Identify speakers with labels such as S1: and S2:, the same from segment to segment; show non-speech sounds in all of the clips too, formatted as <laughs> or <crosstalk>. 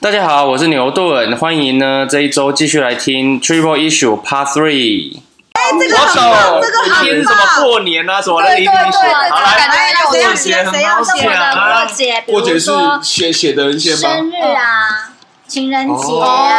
S1: 大家好，我是牛顿，欢迎呢这一周继续来听 Triple Issue Part Three。
S2: 哎，这个
S1: 我
S2: 很棒，这个
S1: 懂，
S2: 很
S1: 听什么
S2: 棒。
S1: 过年啊，什么的 Issue，
S3: 对对对对
S1: 好
S3: 感
S1: 来，
S2: 谁
S3: 觉让我
S2: 要
S3: 们
S2: 写谁要
S3: 我
S2: 动
S3: 的
S1: 啊
S3: 过节，比
S4: 或者
S3: 如
S4: 是
S3: 说
S4: 写写的一些吗？
S3: 生日啊、情人节
S4: 哦
S3: 啊、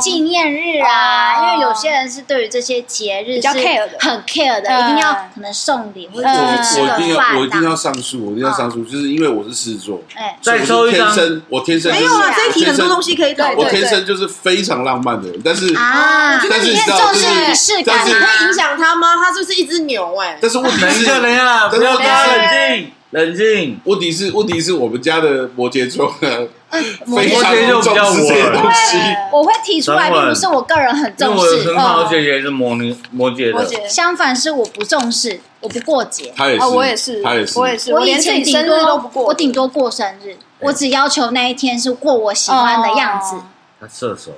S3: 纪念日
S2: 哦
S3: 啊，因为有些人是对于这些节日
S2: 较
S3: 是
S2: care 的
S3: 很 care 的，
S2: 嗯
S3: 一定要可能送礼或者
S2: 呃
S4: 我
S3: 是去吃
S4: 嗯我一定
S3: 个
S4: 要
S3: 饭
S4: 我一定要
S3: 啊。
S4: 上诉，我一定要上诉，
S2: 哦
S4: 就是因为我是狮子座，
S3: 哎，
S1: 再抽一张
S4: 所以我是天生我天生
S2: 没
S4: 就是
S2: 有啊，这一题
S4: 我天
S2: 很
S4: 生
S2: 多东西可以讨
S4: 我
S2: 论。
S4: 天生就是非常浪漫的人，但是
S3: 啊，
S4: 但是你知道，
S3: 重视仪式感啊
S4: 但是
S2: 会影响他吗？他是不是一只牛？哎，
S4: 但是问题
S1: 等一
S4: 是
S1: 下，等一下，不要大家冷静，冷静。
S4: 问题是问题是我们家的摩羯座呢，
S2: 呃
S4: <laughs> 非
S1: 摩
S4: 常
S1: 羯就比较
S4: 重视这些
S1: 我
S4: 东西。
S3: 我会提出来，
S1: 等会儿
S3: 并不是我个人很
S1: 因为
S3: 重
S1: 我有
S3: 视哦
S1: 很，好的姐姐是摩羯摩羯
S2: 摩
S1: 的，
S2: 羯
S3: 相反是我不重视，我不过节。
S4: 他也是，
S2: 啊，我也是，
S4: 他也是，
S2: 我也是，
S3: 我
S2: 连
S3: 以
S2: 自
S3: 前
S2: 己
S3: 顶
S2: 生日都不
S3: 多
S2: 过，
S3: 我顶多过生日，我只要求那一天是过我喜欢的样子。
S1: 他射手，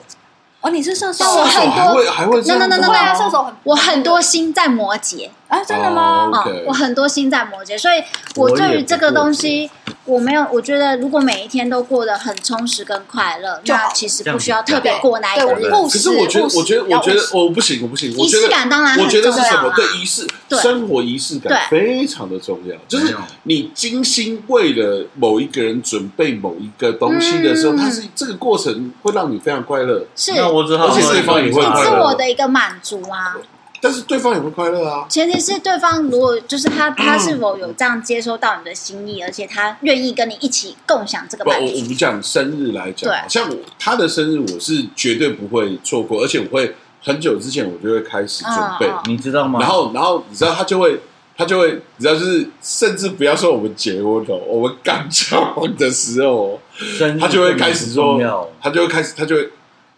S2: 哦，你是射手
S3: 但我
S4: 射手
S3: 很
S4: 还
S3: 多
S4: 会还会这样
S3: No, no, no, no,
S2: 对啊，
S3: 哦
S2: 射手很
S3: 啊我很多心在摩羯
S2: 啊，真的吗？
S3: 啊
S4: 哦 OK
S3: 我很多心在摩羯，所以
S1: 我
S3: 我
S1: 也
S3: 对于
S1: 不
S3: 这个
S1: 过
S3: 东
S1: 节
S3: 西，我没有，我觉得如果每一天都过得很充实跟快乐，
S2: 就好
S3: 那
S2: 了
S3: 其实
S1: 这样
S3: 不
S1: 子
S3: 需要特别
S2: 对
S3: 过那一
S2: 对，
S3: 个
S2: 我
S3: 日
S1: 对
S3: 子。
S2: 务
S4: 可
S2: 实。
S4: 是我觉得，
S2: 务实
S4: 我觉得，
S2: 要
S4: 我觉
S2: 务
S4: 得
S2: 实，
S4: 我不行，我不行。我
S3: 仪
S4: 觉
S3: 式
S4: 得，
S3: 感当然很
S4: 我觉得是什么？
S3: 重要啦
S4: 对仪式，
S3: 对
S4: 生活仪式感
S3: 对
S4: 非常的重要。就
S1: 没
S4: 是
S1: 有
S4: 你精心为了某一个人准备某一个东西的时候，
S3: 嗯
S4: 它是这个过程会让你非常快乐，
S3: 是
S1: 那我只好
S4: 而且对方也会快
S3: 是
S4: 乐
S3: 我的一个满足啊。
S4: 但是对方也会快乐啊。
S3: 前提是对方如果就是他，他是否有这样接收到你的心意，而且他愿意跟你一起共享这个
S4: 不，
S3: 满
S4: 我我
S3: 足。
S4: 们讲生日来讲，
S3: 对
S4: 像我他的生日，我是绝对不会错过，而且我会很久之前我就会开始准备。
S3: 嗯嗯
S1: 你知道吗？
S4: 然后，然后你知道他就会，他就会，你知道，就是甚至不要说我们结婚了，我们刚交往的时候，哦
S1: 生日
S4: 他就会开始
S1: 重
S4: 说
S1: 要，
S4: 他就会开始，他就会，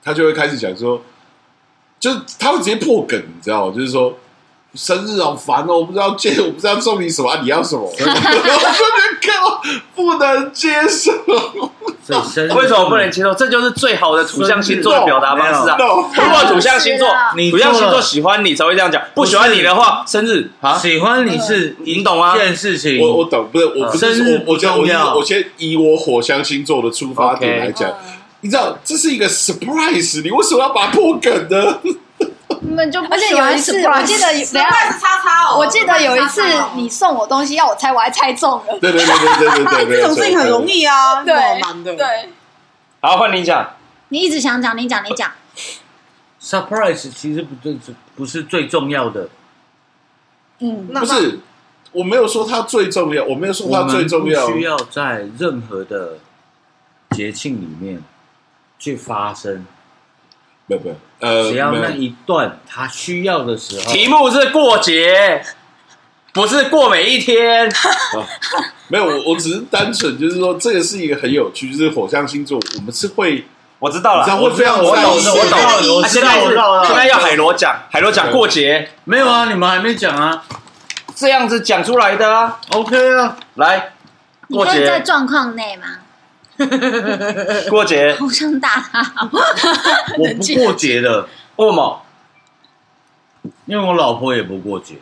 S4: 他就会开始讲说，就是他会直接破梗，你知道吗？就是说生日好烦哦，我不知道借，我不知道送你什么，啊、你要什么？ <laughs> 我就觉得靠，不能接受。
S1: 所以生日
S5: 为什么不能接受？这就是最好的土象星座的表达方式啊！
S4: No，
S5: 如果土象星座
S3: 太好吃了，
S1: 你
S5: 土象星
S1: 做了
S5: 座喜欢你才会这样讲，不喜欢你的话，生日啊，
S1: 喜欢你是
S5: 你懂吗
S1: 一？件事情，
S4: 我我懂，不是我不是
S1: 啊生
S4: 说
S1: 日
S4: 我我讲我
S1: 不重要
S4: 我先以我火象星座的出发点
S5: OK
S4: 来讲，你知道这是一个 surprise，你为什么要把它破梗呢？ <laughs>
S6: 你们就不
S2: 而且
S6: 喜欢
S2: 有一次，
S6: surprise
S2: 我记得有，
S6: 等一下
S2: 是叉叉哦
S6: 我记得有一次你送我东西要我猜，我还猜中
S2: <laughs>
S6: 了。
S4: 对对对对对对对，
S2: 这种事情很容易啊，
S6: 对
S2: 蛮难的。，
S6: 对，
S5: 好，换你讲。
S3: 你一直想讲，你讲，你讲，
S1: surprise 其实不最不是最重要的，
S6: 嗯，
S2: 那
S4: 不是。我没有说它最重要，我没有说
S1: 我
S4: 它
S1: 们
S4: 最重要
S1: 不。需要在任何的节庆里面去发生，
S4: 没有没有，呃，
S1: 只要
S4: 没有
S1: 那一段他需要的时候，
S5: 题目是过节，不是过每一天。
S4: 没有，我我只是单纯就是说，这个是一个很有趣，就是火象星座，我们是会，
S5: <laughs> 我知道
S4: 你
S5: 了
S4: 知，道会非常
S1: 我
S4: 在
S1: 懂，
S4: 意
S1: 我
S4: 这
S1: 懂，
S4: 个
S1: 我懂
S4: 东西，
S1: 我
S5: 啊
S1: 知
S5: 现
S1: 道，
S5: 在
S1: 我
S5: 是
S1: 知道了。
S5: 现在要海螺讲，海螺讲过节
S1: 没有啊，你们还没讲啊
S5: 这样子讲出来的啊。
S1: ，OK 啊，
S5: 来，
S3: 你
S5: 过
S3: 可以在
S5: 节，
S3: 状况内吗？ <laughs>
S5: 过节，
S3: 好想打他，
S1: 我不过节的，
S5: 为什么？
S1: 因为我老婆也不过节，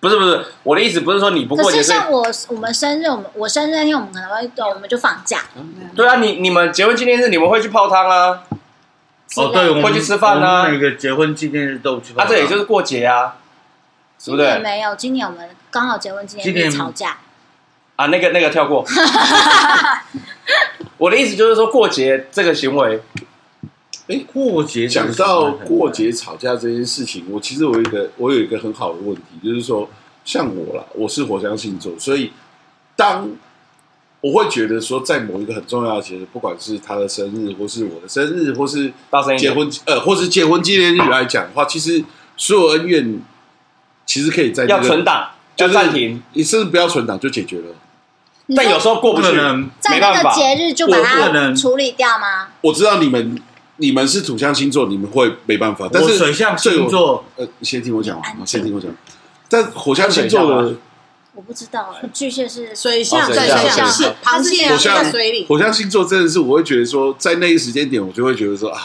S5: 不是不是，我的意思不是说你不
S3: 可
S5: 过节，
S3: 是
S5: 是
S3: 像我，我们生日，我们我生日那天，我们可能会，哦我们就放假
S5: 对啊，你你们结婚纪念日你们会去泡汤啊，
S3: 之类
S1: 哦，
S3: 的。
S1: 对，我们
S5: 会去吃饭
S1: 我
S5: 啊
S1: 们每个结婚纪念日都去。
S5: 啊，这也就是过节啊，对
S3: 今
S5: 不
S3: 年
S5: 对？
S3: 没有，今年我们刚好结婚纪
S1: 今
S3: 念
S1: 年
S3: 日吵架，
S5: 啊，那个那个跳
S3: <laughs>
S5: 过。我的意思就是说，过节这个行为，
S1: 过节这
S4: 讲
S1: 个
S4: 到
S1: 习
S7: 啊
S1: 惯
S4: 过节吵架这件事情，我其实我有一个我有一个很好的问题，就是说，像我啦，我是火象星座，所以当我会觉得说，在某一个很重要的节日，不管是他的生日，或是我的生日，或是
S5: 大声一
S4: 结
S5: 点，
S4: 婚呃，或是结婚纪念日来讲的话，其实所有恩怨其实可以在、那
S5: 要
S4: 个、
S5: 存，档，
S4: 就
S5: 就是暂停。，
S4: 你甚至不要存档就解决了。
S3: 你
S5: 但
S3: 说
S5: 有时候过
S1: 不
S5: 不
S1: 可
S5: 去，
S1: 能，
S3: 在
S5: 没
S3: 那
S5: 办
S3: 个
S5: 法。
S3: 节日就把
S1: 我不能
S3: 它处理掉吗？
S4: 我知道你们你们是土象星座，你们会没办法，但
S1: 我
S4: 是
S1: 水象
S4: 最有
S1: 星座
S4: 呃，你先听我讲完，
S3: 安静
S4: 先听我讲。但火象星座的
S3: 我不知道，欸巨蟹是
S2: 水象，
S5: 哦
S2: 对
S5: 水象
S2: 水象，
S5: 水
S2: 螃蟹
S4: 火
S2: 啊，
S4: 象
S2: 在水里。
S4: 火象星座真的是，我会觉得说，在那个时间点，我就会觉得说啊，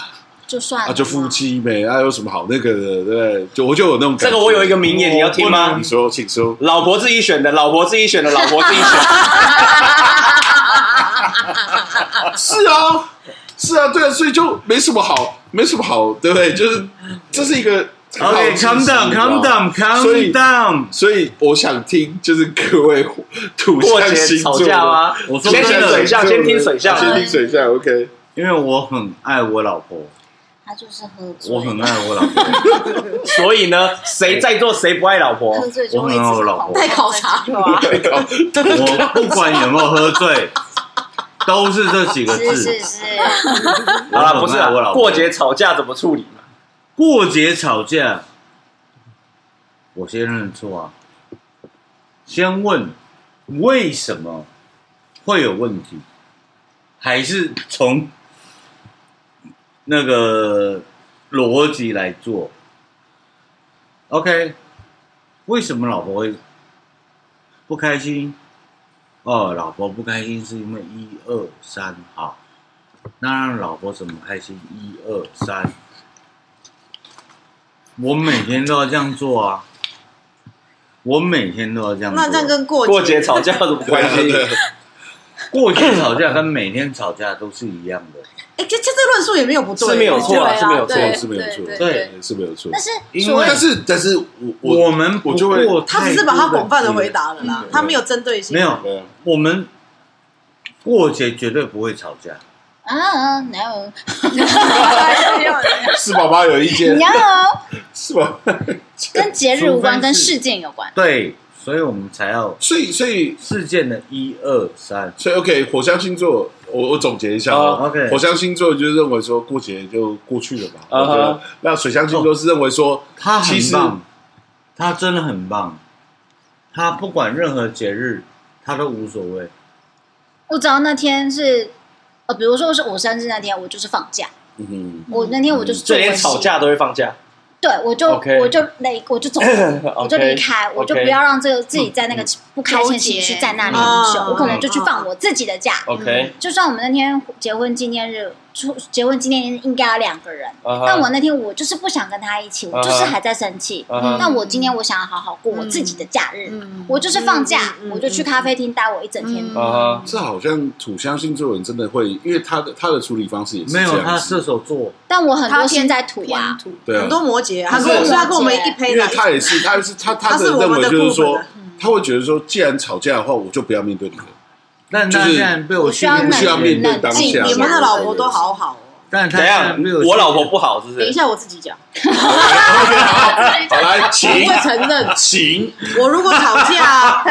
S3: 就算了
S4: 啊，
S3: 嘛，
S4: 就夫妻呗，啊，有什么好那个的，对不对？就我就有那种感觉。
S5: 这个我有一个名言你要听吗
S4: 你说，请说。
S5: 老婆自己选的，老婆自己选的，老婆自己选的。
S4: 是啊，是啊，对啊，所以就没什么好，没什么好，对不对？就是这是一个
S7: 哦
S4: 很好的知识你知道吗
S5: down，calm
S4: 所以
S5: down。
S4: 所以我想听，就是各位土
S5: 过
S4: 象
S5: 节
S4: 星
S5: 吵
S4: 座的
S5: <laughs> 架？吗？
S7: 我说
S5: 先听
S7: 真的
S5: 水象，先听水象
S4: 啊。先
S5: <laughs>
S4: 听水象，OK。
S7: 因为我很爱我老婆，
S3: 他就是喝醉，
S7: 我很爱我老
S4: <laughs>
S7: 婆，
S5: 所以呢，谁在座谁不爱老婆？
S3: 喝醉就
S7: 我
S3: 会
S7: 很
S3: 一
S7: 爱我
S3: 直
S7: 老
S3: 老 <laughs>
S7: 婆
S2: 太，考 <laughs> 察了吧？
S7: 我不管有没有喝醉，都是这几个
S3: 是是
S7: 字。
S3: 是，
S5: 好了，不是
S7: 我很爱我
S5: 啊，
S7: 老婆
S5: 过节吵架怎么处理 <laughs> 嘛？
S7: 过节吵架，我先认错啊，先问为什么会有问题，还是从那个逻辑来做。OK，为什么老婆会不开心？哦，老婆不开心是因为一二三好，那让老婆怎么开心？一二三。我每天都要这样做啊！我每天都要这样做。啊
S2: 那这样跟过
S5: 过节吵架有什么关系？
S4: 对啊
S7: 过节吵架跟每天吵架都是一样的。
S2: 哎，这这这论述也没有不对，
S5: 是没有错啊
S2: 对
S5: 是没有错
S2: 对
S4: 对是没有错，
S7: 对
S6: 对
S4: 对，是没有错
S3: 但。是
S7: 因
S3: 所
S7: 为
S3: 以
S4: 但是，但是我
S7: 我
S4: 我
S7: 们不
S4: 我就会
S7: 过
S2: 他
S7: 太多
S2: 只
S7: 的
S2: 是把它广泛的回答了啦
S4: 嗯，
S2: 他没有针对性。
S7: 没有
S4: 对啊
S7: 我们过节绝对不会吵架。
S3: 啊啊，哪
S5: <laughs>
S3: 有
S4: 四宝宝有意见，
S3: 哪有
S4: 是吧？ <laughs>
S3: 跟节日无关，
S7: 除
S3: 跟
S7: 非是
S3: 事件有关。
S7: 对，所以我们才要
S4: 所以，所以，
S7: 事件的一二三。
S4: 所以，OK，火象星座，我我总结一下
S7: 哦
S4: 哦。
S7: ，OK
S4: 火象星座就是认为说过节就过去了嘛，
S5: 啊哈
S4: 对吧？那水象星
S2: 哦
S4: 座是认为说，
S7: 他
S4: 其
S7: 很
S4: 实
S7: 棒，他真的很棒。他不管任何节日，他都无所谓。
S3: 我只要那天是，呃，比如说是我生日那天，我就是放假，
S4: 嗯，
S3: 我那天我就是
S5: 这
S3: 做
S5: 连
S3: 我
S5: 吵
S3: 事，
S5: 架都会放假。
S3: 对我就
S5: OK
S3: 我就累，
S5: <laughs>
S3: 我就走。我就离开，我就不要让这个自己在那
S5: 嗯
S3: 个不开心的情绪在那里很久，
S2: 嗯
S3: 我可能就去放我自己的假。
S5: OK，
S3: 就算我们那天结婚纪念日，出结婚纪念日应该要两个人，
S5: 啊哈
S3: 但我那天我就是不想跟他一起，我就是还在生气。
S5: 啊哈
S3: 但我今天我想要好好过我自己的假日，
S2: 嗯
S3: 我就是放假，
S2: 嗯嗯嗯
S3: 我就去咖啡厅待我一整天。
S2: 嗯
S5: 啊
S4: 这好像土象星座人真的会，因为他的他的处理方式也是
S7: 没
S4: 这
S7: 有，
S4: 样
S7: 他
S4: 子
S7: 射手座，
S3: 但我很
S6: 他
S3: 多
S6: 偏
S3: 心在吐
S6: 偏
S3: 啊， <laughs>
S6: 土
S4: 对啊
S2: 很，多摩羯啊，他
S4: 是
S2: 跟我
S4: 摩羯
S2: 所以他跟我们一
S4: 因
S2: 胚
S4: 为
S2: 的，
S4: 他也是，他是他他
S2: 他是
S4: 的
S2: 我
S4: 认
S2: 们
S4: 为
S2: 的
S4: 就是
S2: 部
S4: 说
S2: 分的，啊
S4: 他会觉得说，既然吵架的话，我就不要面对你了，
S7: 但
S4: 就
S7: 他
S4: 是
S7: 现在被
S3: 我需
S7: 训
S3: 要
S7: 练
S4: 不需要
S7: 成
S4: 面对
S3: 冷
S4: 当
S3: 静
S4: 下。
S3: 一
S2: 你
S3: 下
S2: 们的老婆都好好哦。
S7: 但他
S5: 等一下
S7: 现在被，训
S5: 我
S7: 练
S5: 老婆不好是不
S2: 等一
S5: 是？
S2: 下，我自己讲，
S4: OK，好，好来，请
S2: 我
S5: 哎
S2: 会承认。
S5: <laughs>
S4: 请，
S2: 我如果吵架啊，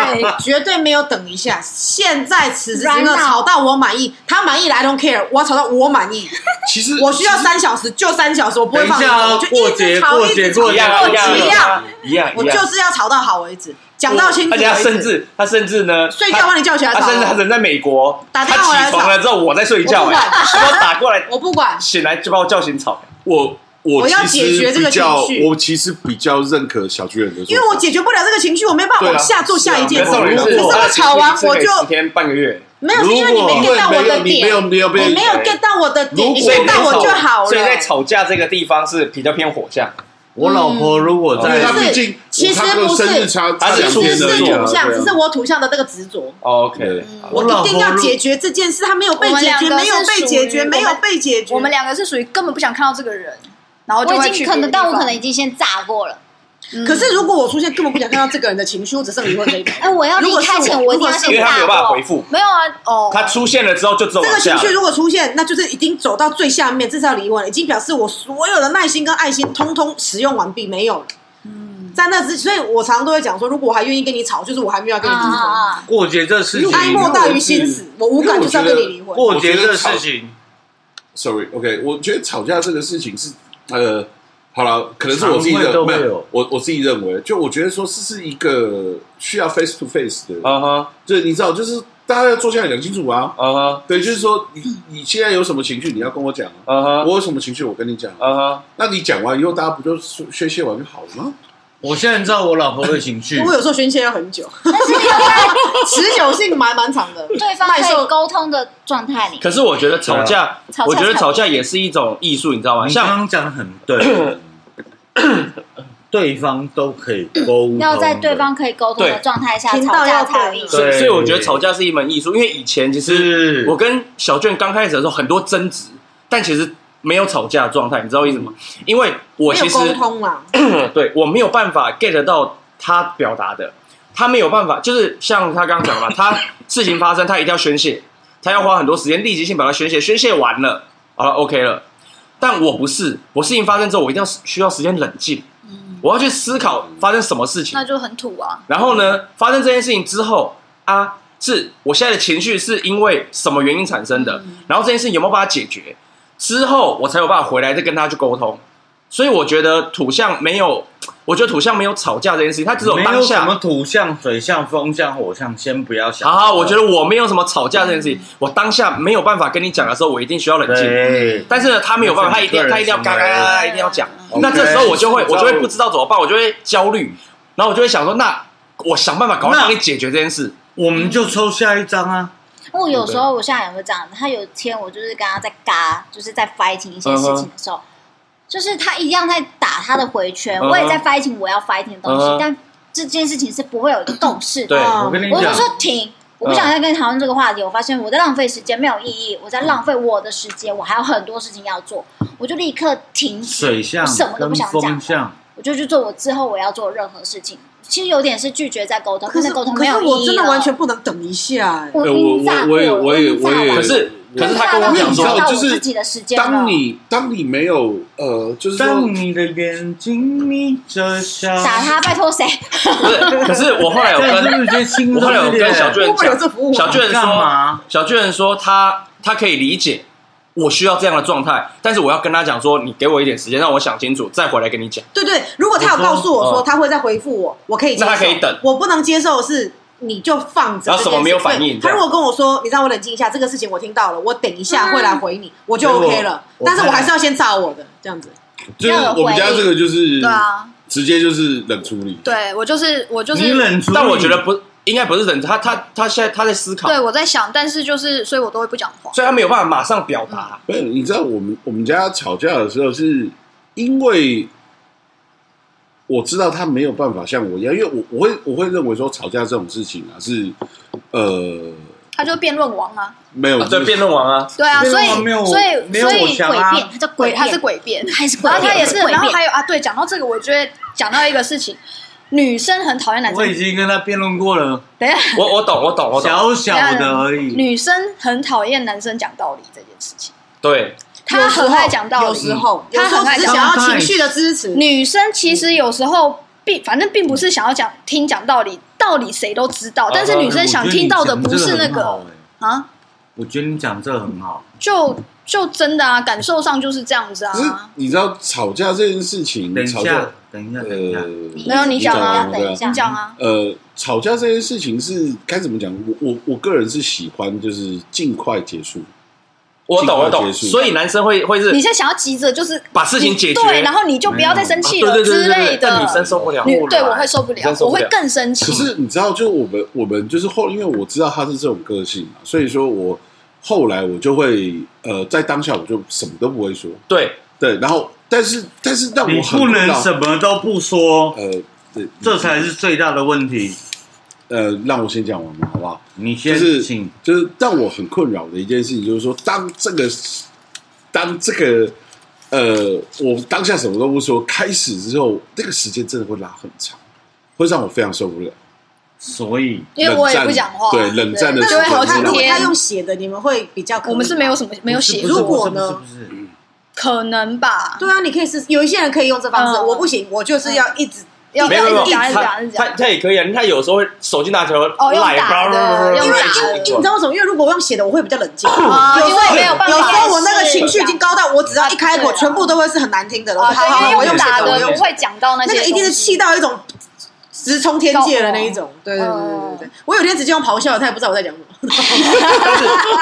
S2: 绝对没有等一下，现在此时此
S3: Right
S2: 刻
S3: now
S2: 吵到我满意，他满意来 don't care，我要吵到我满意，
S4: 其实
S2: 我需要三小时就三小时，我不
S7: 等
S2: 会放你
S7: 一下
S2: 走，
S7: 啊
S2: 我就，
S7: 过
S2: 一
S7: 节
S2: 直吵
S7: 过
S2: 一
S7: 节
S2: 直
S7: 过
S2: 吵，
S5: 一
S7: 节
S5: 样啊
S7: 过
S5: 一样啊
S2: 一
S7: 节
S2: 样，
S5: 一样，
S2: 我
S5: 一样
S2: 就是要吵到好为止，讲到清楚
S5: 而且
S2: 为止，
S5: 他甚至他甚至呢，
S2: 睡觉把你叫起来
S5: 他
S2: 吵
S5: 甚至他
S2: 啊，
S5: 人在美国，
S2: 打
S5: 他
S2: 电话回来
S5: 起床了之后我在睡觉，
S2: 我不
S5: 哎
S2: 管
S5: 他打过来
S2: 我不管，
S5: 醒来就把我叫醒吵。
S4: 我我
S2: 我要
S4: 其实
S2: 解决这个
S4: 比较
S2: 情绪
S4: 我其实比较认可小巨人的说法，
S2: 因为我解决不了这个情绪，我没办法
S4: 对啊
S2: 往下做下一件
S5: 可
S2: 事，
S5: 是重点
S2: 可
S5: 是
S2: 是我吵完我就
S5: 十天半个月，
S2: 没有，是因为你没
S4: 如
S2: get 到
S4: 果
S2: 我的
S4: 你没有
S2: 点，
S4: 你没有没有
S2: 你没有 get 到我的点，
S4: 如
S2: 你
S4: 果
S2: get 到我就好了，
S5: 所以在吵架这个地方是比较偏火象，
S7: 我老婆
S5: 嗯
S7: 如果
S4: 因为他
S7: 在
S2: 不是
S4: 毕竟
S2: 其实
S4: 我他哥
S2: 不是
S4: 生日差差
S5: 他
S4: 两
S5: 是
S2: 其
S4: 天
S2: 实
S4: 而
S2: 是
S4: 已啊
S2: 土象，
S4: 对啊
S2: 只是我土象的那个执着。
S5: OK，
S4: 嗯
S2: 我
S7: 我老
S2: 一定
S7: 婆
S2: 要
S7: 如
S2: 解决这件事，他没有被解
S6: 我们两
S2: 决，
S6: 个
S2: 没有被解
S6: 是属于
S2: 决，没有被解决。
S6: <laughs> 我们两个是属于根本不想看到这个人，然后就
S3: 我
S6: 会
S3: 已
S6: 去
S3: 经可
S6: 别
S3: 能，
S6: 的地
S3: 但我
S6: 方
S3: 可能已经先炸过了。
S2: 可是如果我出现，根本不想看到这个人的情绪，我只剩离婚这一
S4: <laughs>
S3: 哎，
S2: 条。
S3: 我要离开前，
S2: 如
S3: 我一定
S2: 果
S3: 要
S2: 是
S5: 因
S3: 先
S5: 为他没有
S3: 炸
S5: 办法回
S3: 过。
S5: 复，
S6: 没有啊，哦，
S5: 他出现了之后就只有
S2: 这个
S5: 往下
S2: 情
S5: 了
S2: 绪如果出现，那就是已经走到最下面，这是要离婚了，已经表示我所有的耐心跟爱心通通使用完毕，没有了。在那之，所以我常常都会讲说，如果我还愿意跟你吵，就是我还没有要跟你离
S3: 啊
S2: 婚。
S3: 啊！
S7: 过节这事情，
S2: 哀莫大于心死，我无感就是要跟你离婚。
S7: 过节这事情，
S4: Sorry，OK，、我觉得吵架这个事情是呃，好了，可能是我自己
S7: 常会
S4: 的
S7: 都
S4: 没
S7: 会有
S4: 有，我我自己认为，就我觉得说是是一个需要 face to face 的，
S5: 啊哈
S4: 就是你知道，就是大家要坐下来讲清楚啊。
S5: 啊哈
S4: 对，就是说你你现在有什么情绪，你要跟我讲啊。
S5: 啊哈
S4: 我有什么情绪，我跟你讲啊。
S5: 啊哈，
S4: 那你讲完以后，大家不就宣泄完就好了吗？
S7: 我现在知道我老婆的
S3: <laughs>
S7: 情绪
S2: 因为，我有时候宣泄要很 <laughs> 久，
S3: 啊
S6: 嗯
S3: 但是你有在
S2: 持久性蛮蛮长的。
S3: 对方
S2: 耐
S3: 可以
S2: 受
S3: 沟通的状态里，
S5: 可是我觉得吵架
S3: 吵架，
S5: 我觉得吵架也是一种艺术，你知道吗？
S7: 你
S5: 像
S7: 刚刚讲
S5: <laughs>
S7: 的很对，对方都可以沟通的，
S3: 要在对方可以沟通的
S5: 对
S3: 状态下
S2: 频
S3: 吵
S2: 道
S3: 架
S2: 要
S3: 才有
S2: 对
S3: 意义。
S5: 所以
S7: 对
S5: 所以我觉得吵架是一门艺术，因为以前其实
S7: 是
S5: 我跟小卷刚开始的时候很多争执，但其实没有吵架的状态，你知道为什么？因为我
S2: 没有
S5: 其实
S2: 沟通啦，
S5: 嗯对我没有办法 get 到他表达的，他没有办法，就是像他刚刚讲嘛，他事情发生，他一定要宣 <laughs> 泄，他要花很多时间立即性把它宣泄，宣泄完了，好了，OK 了。但我不是，我事情发生之后，我一定要需要时间冷静，
S2: 嗯
S5: 我要去思考发生什么事情
S6: 那，就很土啊。
S5: 然后呢，发生这件事情之后啊，是我现在的情绪是因为什么原因产生的？然后这件事情有没有办法解决？之后我才有办法回来再跟他去沟通。所以我觉得土象没有，我觉得土象没有吵架这件事情，他只有
S7: 没
S5: 当
S7: 有什么
S5: 下。
S7: 土象、水象、风象、火象，先不要想。
S5: 好好，我觉得我没有什么吵架这件事情，我当下没有办法跟你讲的时候，我嗯一定需要冷静。
S7: 对，
S5: 但是呢，他没有办法，他一定
S7: 那是
S5: 他一定要
S7: 你
S5: 嘎
S7: 个人
S5: 嘎嘎嘎，
S7: 行
S5: 一定要讲。
S7: OK
S5: 那这时候我就会我就会
S4: 你知道
S5: 不知道怎么办，我就会焦虑，然后我就会想说，那我想办法赶快帮你解决这件事。
S7: 我们就抽下一张啊。
S3: 我有时候我现在也会这样，他有一天我就是跟他在嘎，就是在 fighting 一些事情的时
S4: 嗯
S3: 候，就是他一样在打他的回圈，
S5: 嗯哼
S3: 我也在 fighting 我要 fighting 的东西
S5: 嗯哼
S3: 但这件事情是不会有共识
S5: 对
S3: 的。
S2: 嗯
S7: 我跟你
S3: 我就
S7: 讲，
S3: 说停，我
S4: 嗯
S3: 不想再跟你讨论这个话题。我发现我在浪费时间，没有意义，我在浪费我的时间，我还有很多事情要做，我就立刻停止，
S7: 水象
S3: 我什么都
S7: 跟
S3: 不想
S7: 风
S3: 讲
S7: 象，
S3: 我就去做我之后我要做的任何事情。其实有点是拒绝在沟通，
S2: 可是
S3: 那沟通
S2: 可
S3: 没
S2: 是
S3: 有意义啊
S2: 我真的
S3: 了
S2: 完全不能等一下哎。
S3: 我
S4: 哎我
S3: 晕
S4: 我
S3: 炸
S4: 我也
S3: 过
S4: 我也
S3: 晕炸
S4: 我也
S3: 了
S5: 可是可是他跟我
S3: 我
S5: 讲
S4: 你知
S5: 说，
S4: 道
S3: 到
S4: 就
S3: 我
S4: 是
S3: 自己的时间了
S4: 当你当你没有呃，就是说
S7: 当你的眼睛眯着笑，
S3: 打他，拜托谁？
S5: 不是，可是哎我后来有
S7: 这样是
S5: 跟
S7: 不是觉得轻
S5: 我后
S7: 松
S5: 来有
S7: 一点
S5: 跟？小
S2: 会
S5: 卷
S2: 不会有
S5: 讲，
S2: 这服务啊？
S5: 小卷
S7: 干
S5: 说，
S7: 嘛？
S5: 小卷说他他可以理解我需要这样的状态，但是我要跟他讲说，你给我一点时间，让我想清楚，再回来跟你讲。
S2: 对对，如果他有告诉我
S5: 我说
S2: 说
S5: 嗯
S2: 他会再回复我，我可以接受。
S5: 那他可以等
S2: 我不能接受的是你就放着。
S5: 然后什么没有反应
S2: 对
S5: 这
S2: 他
S5: 样
S2: 如果跟我说，你让我冷静一下，这个事情我听到了，我等一下会来回你，我就
S7: 所以我
S2: OK 了。
S7: 我
S2: 嗯但是我
S7: 看
S2: 还是要先炸我的这样子。
S4: 就是我们家这个就是
S6: 对啊，
S4: 直接就是冷处理。
S6: 对我就是我就
S7: 你
S6: 是，
S7: 冷处理，
S5: 但我觉得不应该不是人，他他他现在他在思考，
S6: 对我在想，但是就是，所以我都会不讲话。
S5: 所以他没有办法马上表达。
S4: 没有，你知道我们我们家吵架的时候，是因为我知道他没有办法像我一样，因为我我会我会认为说吵架这种事情啊是呃
S6: 他就辩论王啊，
S4: 没有
S5: 啊对，辩论王啊，
S6: 对啊，
S7: 辩
S6: 所
S7: 论
S6: 以
S7: 王没有
S6: 所以
S7: 没有
S6: 所
S7: 我
S6: 以
S7: 强
S3: 诡
S7: 啊
S3: 辩，他叫诡
S6: 鬼
S3: 辩，
S6: 他是诡辩，
S3: 还是诡辩，
S6: 然后他也是，
S3: 诡
S6: 然后
S3: 辩。
S6: 还有啊，对，讲到这个，我觉得讲到一个事情，女生很讨厌
S7: <laughs>
S6: 男
S7: 我已
S6: 生，
S7: 经跟他辩论过了，
S6: 等
S7: <laughs>
S6: 一下，
S5: 我我懂我懂我懂，
S7: 小小的而已。
S6: 女生很讨厌男生讲道理这件事情，
S5: 对，
S6: 她很爱讲道理，
S2: 有时候有
S6: 他
S2: 时
S6: 很
S2: 候
S6: 爱
S2: 只是
S6: 讲
S2: 想
S6: 道
S2: 要情绪的支持
S6: 理。。女生其实有时候并反正并不是想要讲听讲道理，道理谁都知
S7: 啊
S6: 道，但是女生想听到的不是那个
S7: 欸
S6: 啊，
S7: 我觉得你讲这个很好
S6: 就就真的啊，感受上就是这样子
S4: 可是
S6: 啊。
S4: 你知道吵架这件事情，
S7: 欸。等一
S4: 嗯吵架
S7: 下，等一下，
S4: 呃
S7: 等一下，
S6: 没有你讲啊
S4: 对
S3: 等一下
S6: 你讲啊，
S4: 呃，吵架这件事情是该怎么讲？我我我个人是喜欢就是尽快结
S7: <laughs>
S4: 束，
S5: 我懂我
S4: 尽快
S5: 懂，
S4: 结束
S5: 所以男生会会是
S6: 你现在想要急着就是
S5: 把事情解决，
S6: 对，然后你就不要再生气
S5: 啊
S6: 了
S5: 对对对
S6: 之
S5: 对对
S6: 类
S5: 但女
S6: 的。
S5: 生受不了，
S6: 女对我会受不
S5: 女
S6: 了
S5: 生，受
S6: 我
S5: 不了
S6: 会更生气
S4: 可。是你知道，就我们我们就是后，因为我知道他是这种个性嘛，所以说我后来我就会呃，在当下我就什么都不会说，
S5: 对，
S4: 对，然后但是但是让
S7: 你
S4: 我很
S7: 不
S4: 困
S7: 能
S4: 扰
S7: 什么都不说，
S4: 呃，对
S7: 这才是最大的问题。
S4: 呃，让我先讲完嘛，好不好？
S7: 你
S4: 就
S7: 先
S4: 是
S7: 请，
S4: 就是让我很困扰的一件事情，就是说，当这个当这个呃，我当下什么都不说，开始之后，这个时间真的会拉很长，会让我非常受不了。
S7: 所以
S6: 因为我
S4: 冷
S6: 也
S4: 战
S6: 不讲话，
S4: 对冷战的
S6: 对
S2: 那
S6: 就
S2: 如
S6: 会好
S2: 果他
S6: 几
S2: 如果他
S6: 天。
S2: 用写的，你们会比较可以
S6: 我们是没有什么没有写
S7: 不是
S2: 如
S6: 入，
S2: 果
S7: 不是
S2: 呢
S7: 不是不是不是
S6: 可能吧？
S2: 对啊，你可以是有一些人可以用这方式，
S6: 嗯
S2: 我不行，我就是要一直
S6: 要
S5: 没有
S6: 要
S5: 没有
S6: 一
S5: 没
S6: 直
S5: 有
S6: 讲一直讲
S5: 他
S6: 一直
S5: 他
S6: 讲，
S5: 他也可以啊，他有时候会手机拿球
S6: 哦用
S5: 赖
S6: 打的
S2: 因为
S6: 用
S2: 因
S6: 打
S2: 为
S6: 的
S2: 你知道为什么？因为如果我用写的，我会比较冷静。
S6: 啊
S2: 有时
S6: 因
S2: 候
S6: 为没有办法
S2: 有时候我那个
S6: 解释
S2: 情绪已经高到，我只要一开口，
S6: 对啊
S2: 全部都会是很难听的了。我
S6: 啊，
S2: 说好好
S6: 对，
S2: 好，
S6: 因
S2: 我
S6: 为
S2: 用
S6: 用
S2: 写
S6: 打
S2: 的，我
S6: 的
S2: 用
S6: 不会讲到那些
S2: 那
S6: 东西，
S2: 个一定是气到一种直冲天界的那一种。对对对对
S6: 哦
S2: 对，我有天直接用咆哮，他也不知道我在讲什
S6: <laughs>
S2: 么。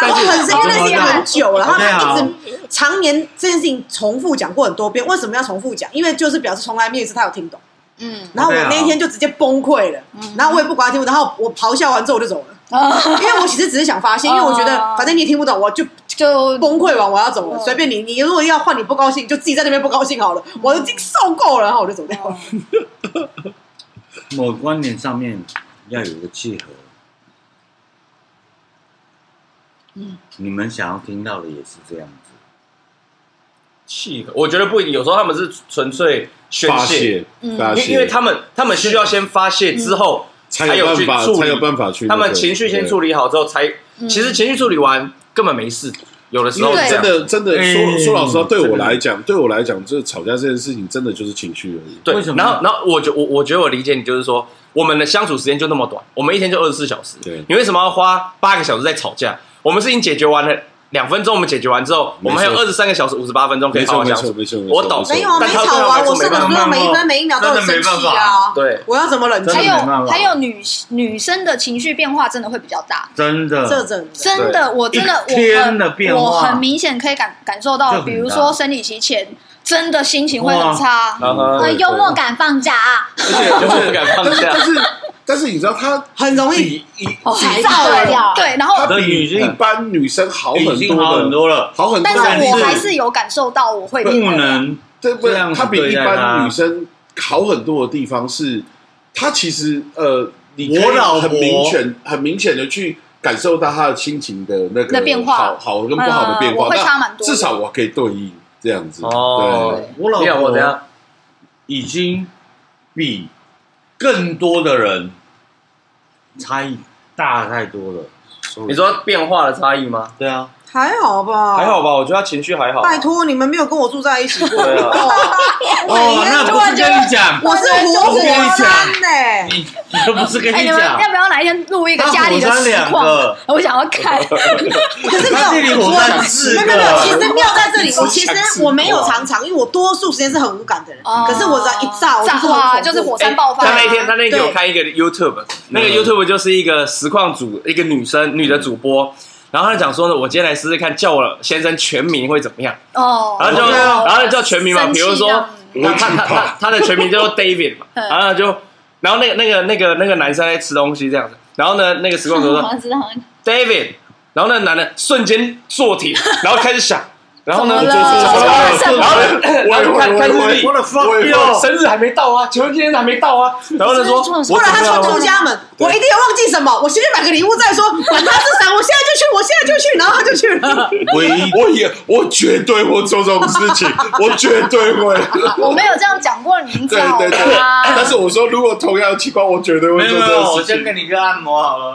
S5: 但是但
S2: 我
S5: 是
S2: 很生气，那已经很
S6: 嗯
S2: 久了，然后
S7: OK，好
S2: 他一直常年这件事情重复讲过很多遍，为什么要重复讲？因为就是表示从来没有一次他有听懂。
S3: 嗯
S2: 然后我
S7: OK 啊
S2: 那一天就直接崩溃了，
S6: 嗯
S2: 然后我也不管他听不懂，然后我咆哮完之后我就走了，
S6: 啊，
S2: 因为我其实只是想发泄，因为我觉
S6: 哦
S2: 得反正你也听不懂，我就
S6: 就
S2: 崩溃完我要走了，
S6: 嗯
S2: 随便你，你如果要换你不高兴，就自己在那边不高兴好了，我已经受够了，然后我就走
S6: 哦
S2: 掉了。
S7: 某观点上面要有一个契合。嗯，你们想要听到的也是这样子。
S5: 气的，我觉得不一定，有时候他们是纯粹宣
S4: 发
S5: 泄，
S4: 泄，发
S5: 因嗯
S4: 泄，嗯
S5: 因为他们他们需要先发泄之后，
S4: 才有
S5: 有去
S4: 办法，
S5: 处
S4: 才有
S5: 理，
S4: 办法去那
S5: 他
S4: 个。
S5: 们情绪先处
S4: 理。
S5: 理好之后才，
S2: 嗯
S5: 其实情绪处理完根本没事，有的时
S4: 因
S5: 候
S4: 为
S6: 啊
S5: 是这
S4: 真
S5: 样
S4: 的，真的说
S7: 嗯
S4: 说老实话，对
S7: 真
S4: 我
S7: 的
S4: 来讲，对我来讲，这吵架这件事情真的就是情绪而已。
S5: 对
S7: 为什，么
S5: 然后然后我觉我我觉得我理解你，就是说我们的相处时间就那么短，我们一天就二十四小时，
S4: 对
S5: 你为什么要花八个小时在吵架？我们事情解决完了两分钟，我们解决完之后，我
S4: 没错
S5: 们还有二十三个小时五十八分钟可以
S4: 没
S5: 好
S4: 错，
S5: 好
S4: 没
S5: 相
S4: 错，
S5: 处。
S4: 没错，
S5: 我懂
S4: 没
S2: 没有啊，
S4: 错
S5: 但
S2: 没
S5: 他
S2: 吵完，
S5: 对我来
S2: 我
S5: 说
S2: 上
S5: 没
S2: 个所
S5: 办
S2: 有
S5: 法
S2: 每一分每一秒都有
S7: 真的
S2: 生
S7: 没办
S2: 气
S7: 法
S2: 啊，
S5: 对，
S2: 我要怎么冷
S7: 真
S6: 还
S7: 的
S2: 静？
S6: 有
S7: 没办法
S6: 还有女女生的情绪变化真的会比较大。
S7: 真
S2: 这
S7: 的，
S2: 真的
S6: 真的，我真的
S7: 一
S6: 我
S7: 天
S6: 很
S7: 的变化
S6: 我很明显可以感感受
S7: 就
S6: 到，
S7: 很
S6: 比如
S7: 大
S6: 说生理期前，真的心情会
S7: 哇
S6: 很差。啊
S5: 然后
S3: 呃，幽默感放假啊，
S5: <laughs> 就不敢放下
S4: 但。是但是你知道他
S2: 很容易
S4: 比一
S6: 哦，
S2: 才
S6: 还
S3: 造
S6: 对
S3: 谣
S6: 对，然后
S4: 他
S7: 的
S4: 比
S7: 女性
S4: 一般女生好很
S7: 已经
S4: 多
S7: 好很
S4: 的，
S7: 多了，
S4: 好很多
S6: 但
S4: 的。
S6: 是我
S7: 但
S6: 还
S7: 是
S6: 是有感受到我会
S7: 不
S6: 变得
S7: 能
S4: 对不
S7: 这样
S4: 对？
S7: 子
S4: 他比一
S7: 对待啊
S4: 般
S7: 他
S4: 女生好很多的地方是，他其实呃，你可以
S7: 我老婆
S4: 很明显、很明显的去感受到他的心情的那个
S6: 的变化
S4: 好好跟不好的变
S6: 呃
S4: 化，
S6: 我会
S4: 那
S6: 差蛮多的
S4: 至少我可以对应这样子。
S5: 哦
S4: 对，
S7: 我老
S5: 你老
S7: 婆
S5: 婆怎样？
S7: 已经比更多的人差异大太多了。Sorry
S5: 你说变化的差异吗？
S7: 对啊，
S2: 还好吧？
S5: 还好吧，我觉得他情绪还好。
S2: 拜托，你们没有跟我住在一起过。
S5: 对啊
S7: 哦，那不是跟你讲，
S2: 我是活火山呢、
S7: 你你都不是跟
S6: 哎，
S7: 你
S6: 你们
S7: 讲
S6: 要，不要哪一天录一个家里的实
S7: 他火山两
S6: 况
S7: 个？
S6: 我想要看，
S2: 可是没
S7: 他这
S2: 有，
S7: 里火山四
S2: 没
S7: 个，
S2: 有没有，其实妙在这里。我其实我没有常常，因为我多数时间是很无感的人。
S6: 哦
S2: 可是我只要一炸，我
S6: 炸
S2: 是
S6: 哇，
S2: 很
S6: 就
S2: 恐怖
S6: 是火山爆发。啊
S5: 他哎那一天，他那一天有
S2: 对
S5: 开一个 YouTube，那个 YouTube 就是一个实况组，一个女生女的主播。然后他讲说呢，我今天来试试看，叫我先生全名会怎么样？
S6: 哦，
S5: 然后就，
S7: 对啊
S5: 然后叫全名嘛，
S6: 生
S5: 比
S6: 气
S5: 如说
S6: 这
S5: 他他他他他的全名叫做 David 嘛，
S6: 嗯
S5: 然后就，然后那个那个那个那个男生在吃东西这样子，然后呢那个实况组嗯
S3: 我好
S5: 说
S3: 像知道，
S5: David，然后那个男的瞬间坐挺，然后开始想，然后呢，
S6: 怎么
S5: 就
S6: 了
S5: 是
S6: 怎么
S5: 然
S6: 了
S5: 后呢然后就看看日历，
S7: 我的 fuck
S5: 哟，生日还没到啊，求婚纪念日还没到啊，然后他说，
S3: 这是
S5: 我
S2: 不然他
S5: 怎么
S2: 说
S5: 样
S2: 住家门，我一定要忘记什么，我先去买个礼物再说。管他是啥，我现在就去，我现在就去，然后他就去了。
S4: 唯一我也我绝对会做这种事
S6: <laughs>
S4: 情，我绝对会。
S6: 我没有这样讲过，你知
S4: 对
S6: 道
S4: 对对，但
S6: 吗？
S4: 是我说，如果同样的情况，我绝对会
S7: 没有
S4: 做
S7: 没
S4: 这
S7: 有，
S4: 种
S7: 我
S4: 事情
S7: 先。给你个按摩好了。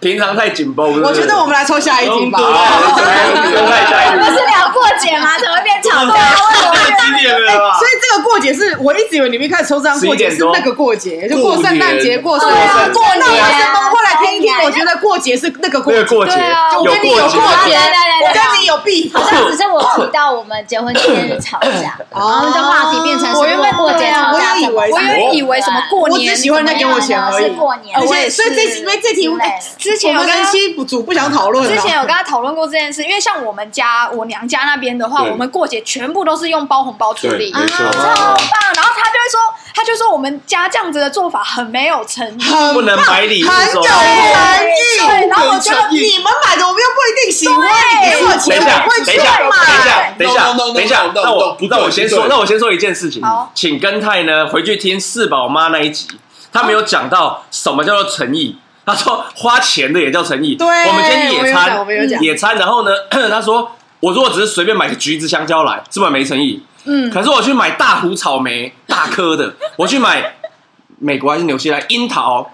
S5: 平常太紧绷，
S2: 我觉得我们来抽下一题吧。
S6: <laughs> 不是聊过节吗？怎么变吵架？
S7: 太激
S5: <laughs>
S7: 烈了
S5: 啊
S7: 吧
S2: 哎所？以这个过节是我一直以为你们一开始抽这张过节是那个过节，就过圣诞节、过生日。
S6: 对啊过年
S2: 那我是蒙过来听一听，我觉得过节是那个过
S5: 那
S2: 节
S5: 个。过节
S6: 对啊
S2: 我
S5: 有
S2: 跟你有
S5: 过
S2: 过
S5: 节
S2: 节，
S3: 对对对
S2: 我
S3: 对
S2: 跟你有弊。
S3: 好像只是我提到我们结婚纪念日吵
S6: <coughs>
S3: 架，然后
S2: 哦
S3: 就话题变成是
S2: 我原本
S3: 过节吵架怎么办，
S2: 我
S6: 我
S2: 原
S6: 原以为什么过
S2: 我
S6: 年，
S2: 只喜欢人家给我钱而
S3: 是
S2: 已。
S3: 过年，
S2: 而
S6: 呃我
S2: 且
S6: 也
S2: 所以
S6: 是
S2: 这题因为这题
S3: 之类的
S6: 之前有
S2: 我
S6: 跟
S2: 跟西主不想讨论啊了。
S6: 之前有跟他讨论过这件事，因为像我们家我娘家那边的话，
S4: 对
S6: 我们过节全部都是用包红包处理，
S4: 对没错
S6: 啊超棒。然后他就会说，他就说我们家这样子的做法很没有诚意。
S2: 很
S5: 不能买礼物
S2: 很
S5: 是
S2: 有
S5: 吧
S2: 诚
S6: 对
S2: 意。
S6: 然后我觉得
S2: 你们买的我们又不一定喜欢，你给我
S5: 等
S2: 钱
S5: 一下
S2: 我，会
S5: 等
S2: 去
S5: 一下，等一下
S2: 买。，
S5: 等一下
S4: No, no, no, no, no,，
S5: 等一下
S4: no,，no,
S5: 那
S4: no,
S5: 我
S4: 不对
S5: 那我先
S4: 不对
S5: 说，那我先说一件事情
S6: 好，
S5: 请跟泰呢回去听四宝妈那一集，他没有讲到什么叫做诚意。他说花钱的也叫诚意。
S2: 对
S5: 我们今天
S2: 我
S5: 野
S2: 有讲我
S5: 餐
S2: 们有讲，
S5: 野餐，然后呢， <clears throat> 他说我如果只是随便买个橘子、香蕉来，是不是没诚意？
S6: 嗯，
S5: 可是我去买大湖草莓，大颗的，我去买美国还是纽西兰樱桃，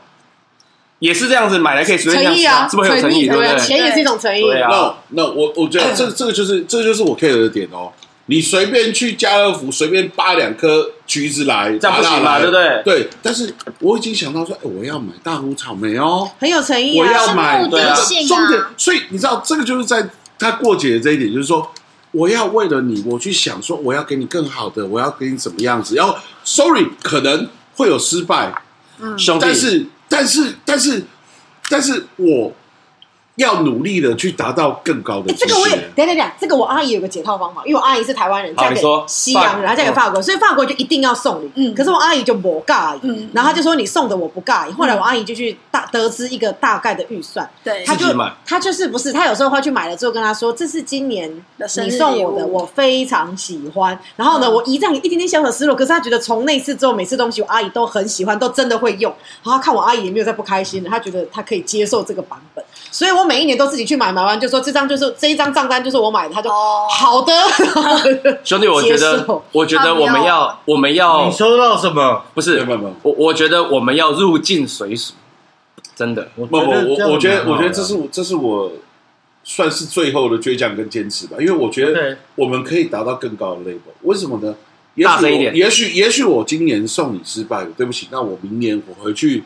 S5: 也是这样子买来可以随便这
S2: 诚
S5: 样
S2: 意
S5: 吃
S2: 啊，
S5: 是不是很有诚意？对
S2: 对
S5: 不
S2: 啊
S5: 对？
S2: 钱也是一种诚意。
S5: 对啊
S4: 那那我我觉得这这个就是这个就是我 care 的点哦。你随便去家乐福随便扒两颗橘子来，
S5: 这样不行嘛
S4: 芭乐来
S5: 对不对
S4: 对，但是我已经想到说，哎，我要买大湖草莓哦，
S2: 很有诚意
S4: 我
S2: 啊！
S4: 要买
S3: 是目
S5: 的
S4: 对
S3: 性啊
S4: 重点，所以你知道这个就是在他过节的这一点，就是说我要为了你，我去想说我要给你更好的，我要给你怎么样子，然后 sorry 可能会有失败，
S5: 兄弟，
S4: 但是但是但是但是我要努力的去达到更高的
S2: 哎，
S4: 极
S2: 这个我也
S4: 限。
S2: 等一下等一下，这个我阿姨有个解套方法，因为我阿姨是台湾人，
S5: 好
S2: 嫁
S5: 你
S2: 给
S5: 说嗯
S2: 西洋人，
S5: 法
S2: 她嫁给法国人，所以法国就一定要送礼。
S6: 嗯
S2: 可是我阿姨就不介意，
S6: 嗯
S2: 然后她就说你送的我不介意。后来我阿姨就去大得知一个大概的预算，
S6: 对，
S2: 她
S5: 自己
S2: 就
S5: 买
S2: 她就是不是她有时候会去买了之后跟她说这是今年
S6: 的生日
S2: 你送我
S6: 礼
S2: 的，
S6: 物
S2: 我非常喜欢。然后呢，
S6: 嗯
S2: 我一样有一点点小小失落，可是她觉得从那次之后，每次东西我阿姨都很喜欢，都真的会用。然后她看我阿姨也没有再不开心了，她觉得她可以接受这个版本，所以我每一年都自己去买，买完就说这张就是这一张账单就是我买的，她就
S6: 哦
S2: 好 <laughs> 的。
S5: 兄弟，我觉
S2: 接
S5: 得
S2: 受，
S5: 我觉得我们要，我们要
S7: 你收到什么？
S5: 不
S4: 没
S5: 是
S4: 有没有没有，
S5: 我，我觉得我们要入境随俗，真的。
S7: 我
S4: 不不，我我觉
S7: 样
S4: 得
S7: 很好
S4: 我
S7: 啊
S4: 觉得这是我这是我算是最后的倔强跟坚持吧，因为我觉得
S5: 对
S4: 我们可以达到更高的 level。为什么呢？也
S5: 大
S4: 许
S5: 声一
S4: 我
S5: 点
S4: 也许也许我今年送你失败了，对不起，那我明年我回去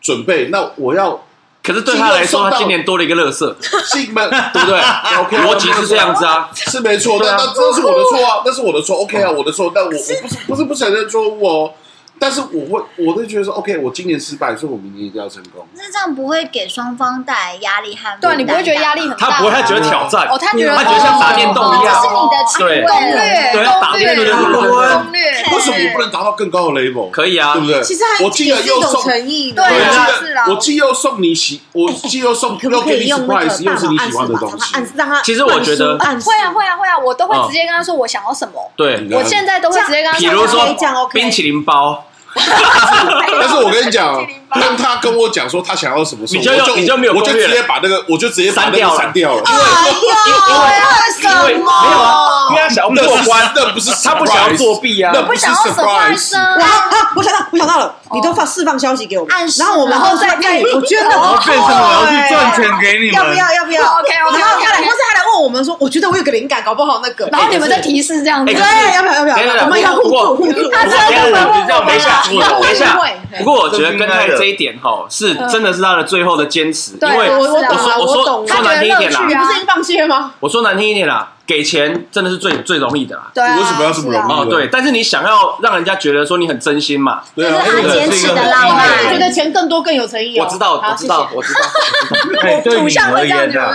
S4: 准备，那我要
S5: 可是对他来
S4: 今天送
S5: 说，
S4: 到
S5: 他今年多了一个乐色，
S4: 进门，
S5: 对不对？
S4: OK，
S5: 逻辑是这样子啊。
S4: 是没错，
S5: 对
S4: 但
S5: 啊嗯
S4: 那这是我的错啊，那是我的错，OK 啊，我的错，但我我不是不是不承认错误哦，但是我会我会觉得说，OK，我今年失败，所以我明年一定要成功。
S3: 但是这样不会给双方带来压力和
S6: 对啊，你不会觉得压力很大吗？
S5: 他不会，他觉得挑战。
S6: 哦，他觉得
S5: 他觉得像打电动一样
S6: 哦
S3: 这是你的
S6: 攻
S3: 对
S6: 略，
S5: 啊对
S6: 攻
S5: 打
S6: 略
S5: 电动就是
S6: 攻略，
S3: 对
S4: 为什么我不能达到更高的 level？
S5: 可以啊
S4: 对不对？
S2: 其实还
S4: 我既然
S2: 也是一
S4: 又
S2: 种
S4: 送，
S2: 诚意嘛，
S6: 对
S4: 我
S5: 啊
S4: 既
S6: 是啦
S4: 然我既又送你喜，我既又送
S2: 可不
S4: 又
S2: 可
S4: 给
S2: 以
S4: 你
S2: 用那个
S4: surprise，又
S2: 大
S4: 是
S2: 脑
S4: 你
S2: 暗
S4: 喜
S2: 示
S4: 欢的
S2: 法，
S4: 东
S2: 让他暗示
S4: 西。
S2: 让他
S5: 其实我觉得
S2: 暗示
S6: 会啊会啊会啊，我都会
S5: 嗯
S6: 直接跟他说我想要什么，
S5: 对，
S6: 我现在都会直接跟他
S5: 比
S6: 说，
S5: 如说
S2: OK，这样 OK
S5: 冰淇淋包，
S4: 但是我跟你
S2: 哎
S4: 讲哦
S6: 冰淇淋，包
S4: 当他跟我讲说他想要什么时候，
S5: 你就
S4: 我
S5: 有
S4: 就
S5: 你就没有
S4: 我就
S5: 攻略
S4: 直
S5: 了
S4: 接把那个，我就直接把那个删
S5: 删哦
S4: 掉了，
S2: 哎呀，为什
S5: 没有
S2: 么？
S5: 啊，因为他想要
S4: 因为
S5: 过
S4: 那是
S5: 关，
S4: 那不是
S5: 他不想要
S4: surprise
S5: 作弊啊
S4: 那。不是
S6: 想要
S4: surprise，
S6: surprise 啊
S2: 啊啊！我想到，我想到了，你都放释放消息给我们
S3: 暗，示
S2: 然后我们
S3: 然后
S2: 再
S3: 再
S2: 哎，我觉得很
S7: 然后变成我
S2: 好
S7: 要去赚钱给你
S2: 要不
S7: 们，
S2: 要？要不要
S6: OK，OK，OK
S2: 然后他来，或是他来问我们说，我觉得我有个灵感，搞不好那个。
S6: 然后你们再提示这样子
S5: 哎，
S2: 对，要不要？要不
S5: 等一
S2: 要？
S5: 下
S2: 我们要互
S5: 不过
S2: 助，互助。
S6: 他真的
S7: 等一下
S6: 会
S5: 等一下，
S7: 我知道
S6: 问我们啊
S5: 等一下
S6: 会。
S5: 不过我觉得跟他这一点哈，是
S2: 嗯
S5: 真的是他的最后的坚持，因
S6: 对
S5: 为
S2: 我
S5: 我
S2: 我懂了，
S5: 说我
S2: 我
S5: 说
S2: 懂了。
S5: 说难听一点
S6: 他
S5: 啦
S6: 觉得乐趣啊，
S2: 你不是已经放弃了吗？
S5: 我说难听一点啦，给钱真的是最最容易的啦。
S6: 对啊，
S4: 为什么要这么容易
S5: 哦，对，但是你想要让人家觉得说你很真心嘛？
S4: 对啊，
S3: 就是
S5: 他坚
S3: 持的浪
S2: 我
S3: 漫
S2: 还是觉得钱更多更有诚意哦。
S5: 我知道，
S2: 好
S5: 我知道，。我知道。 <laughs>
S7: 哎对
S6: 土
S7: 你
S6: 象
S7: 而
S6: 会这样
S7: 言
S6: 子
S7: 啊。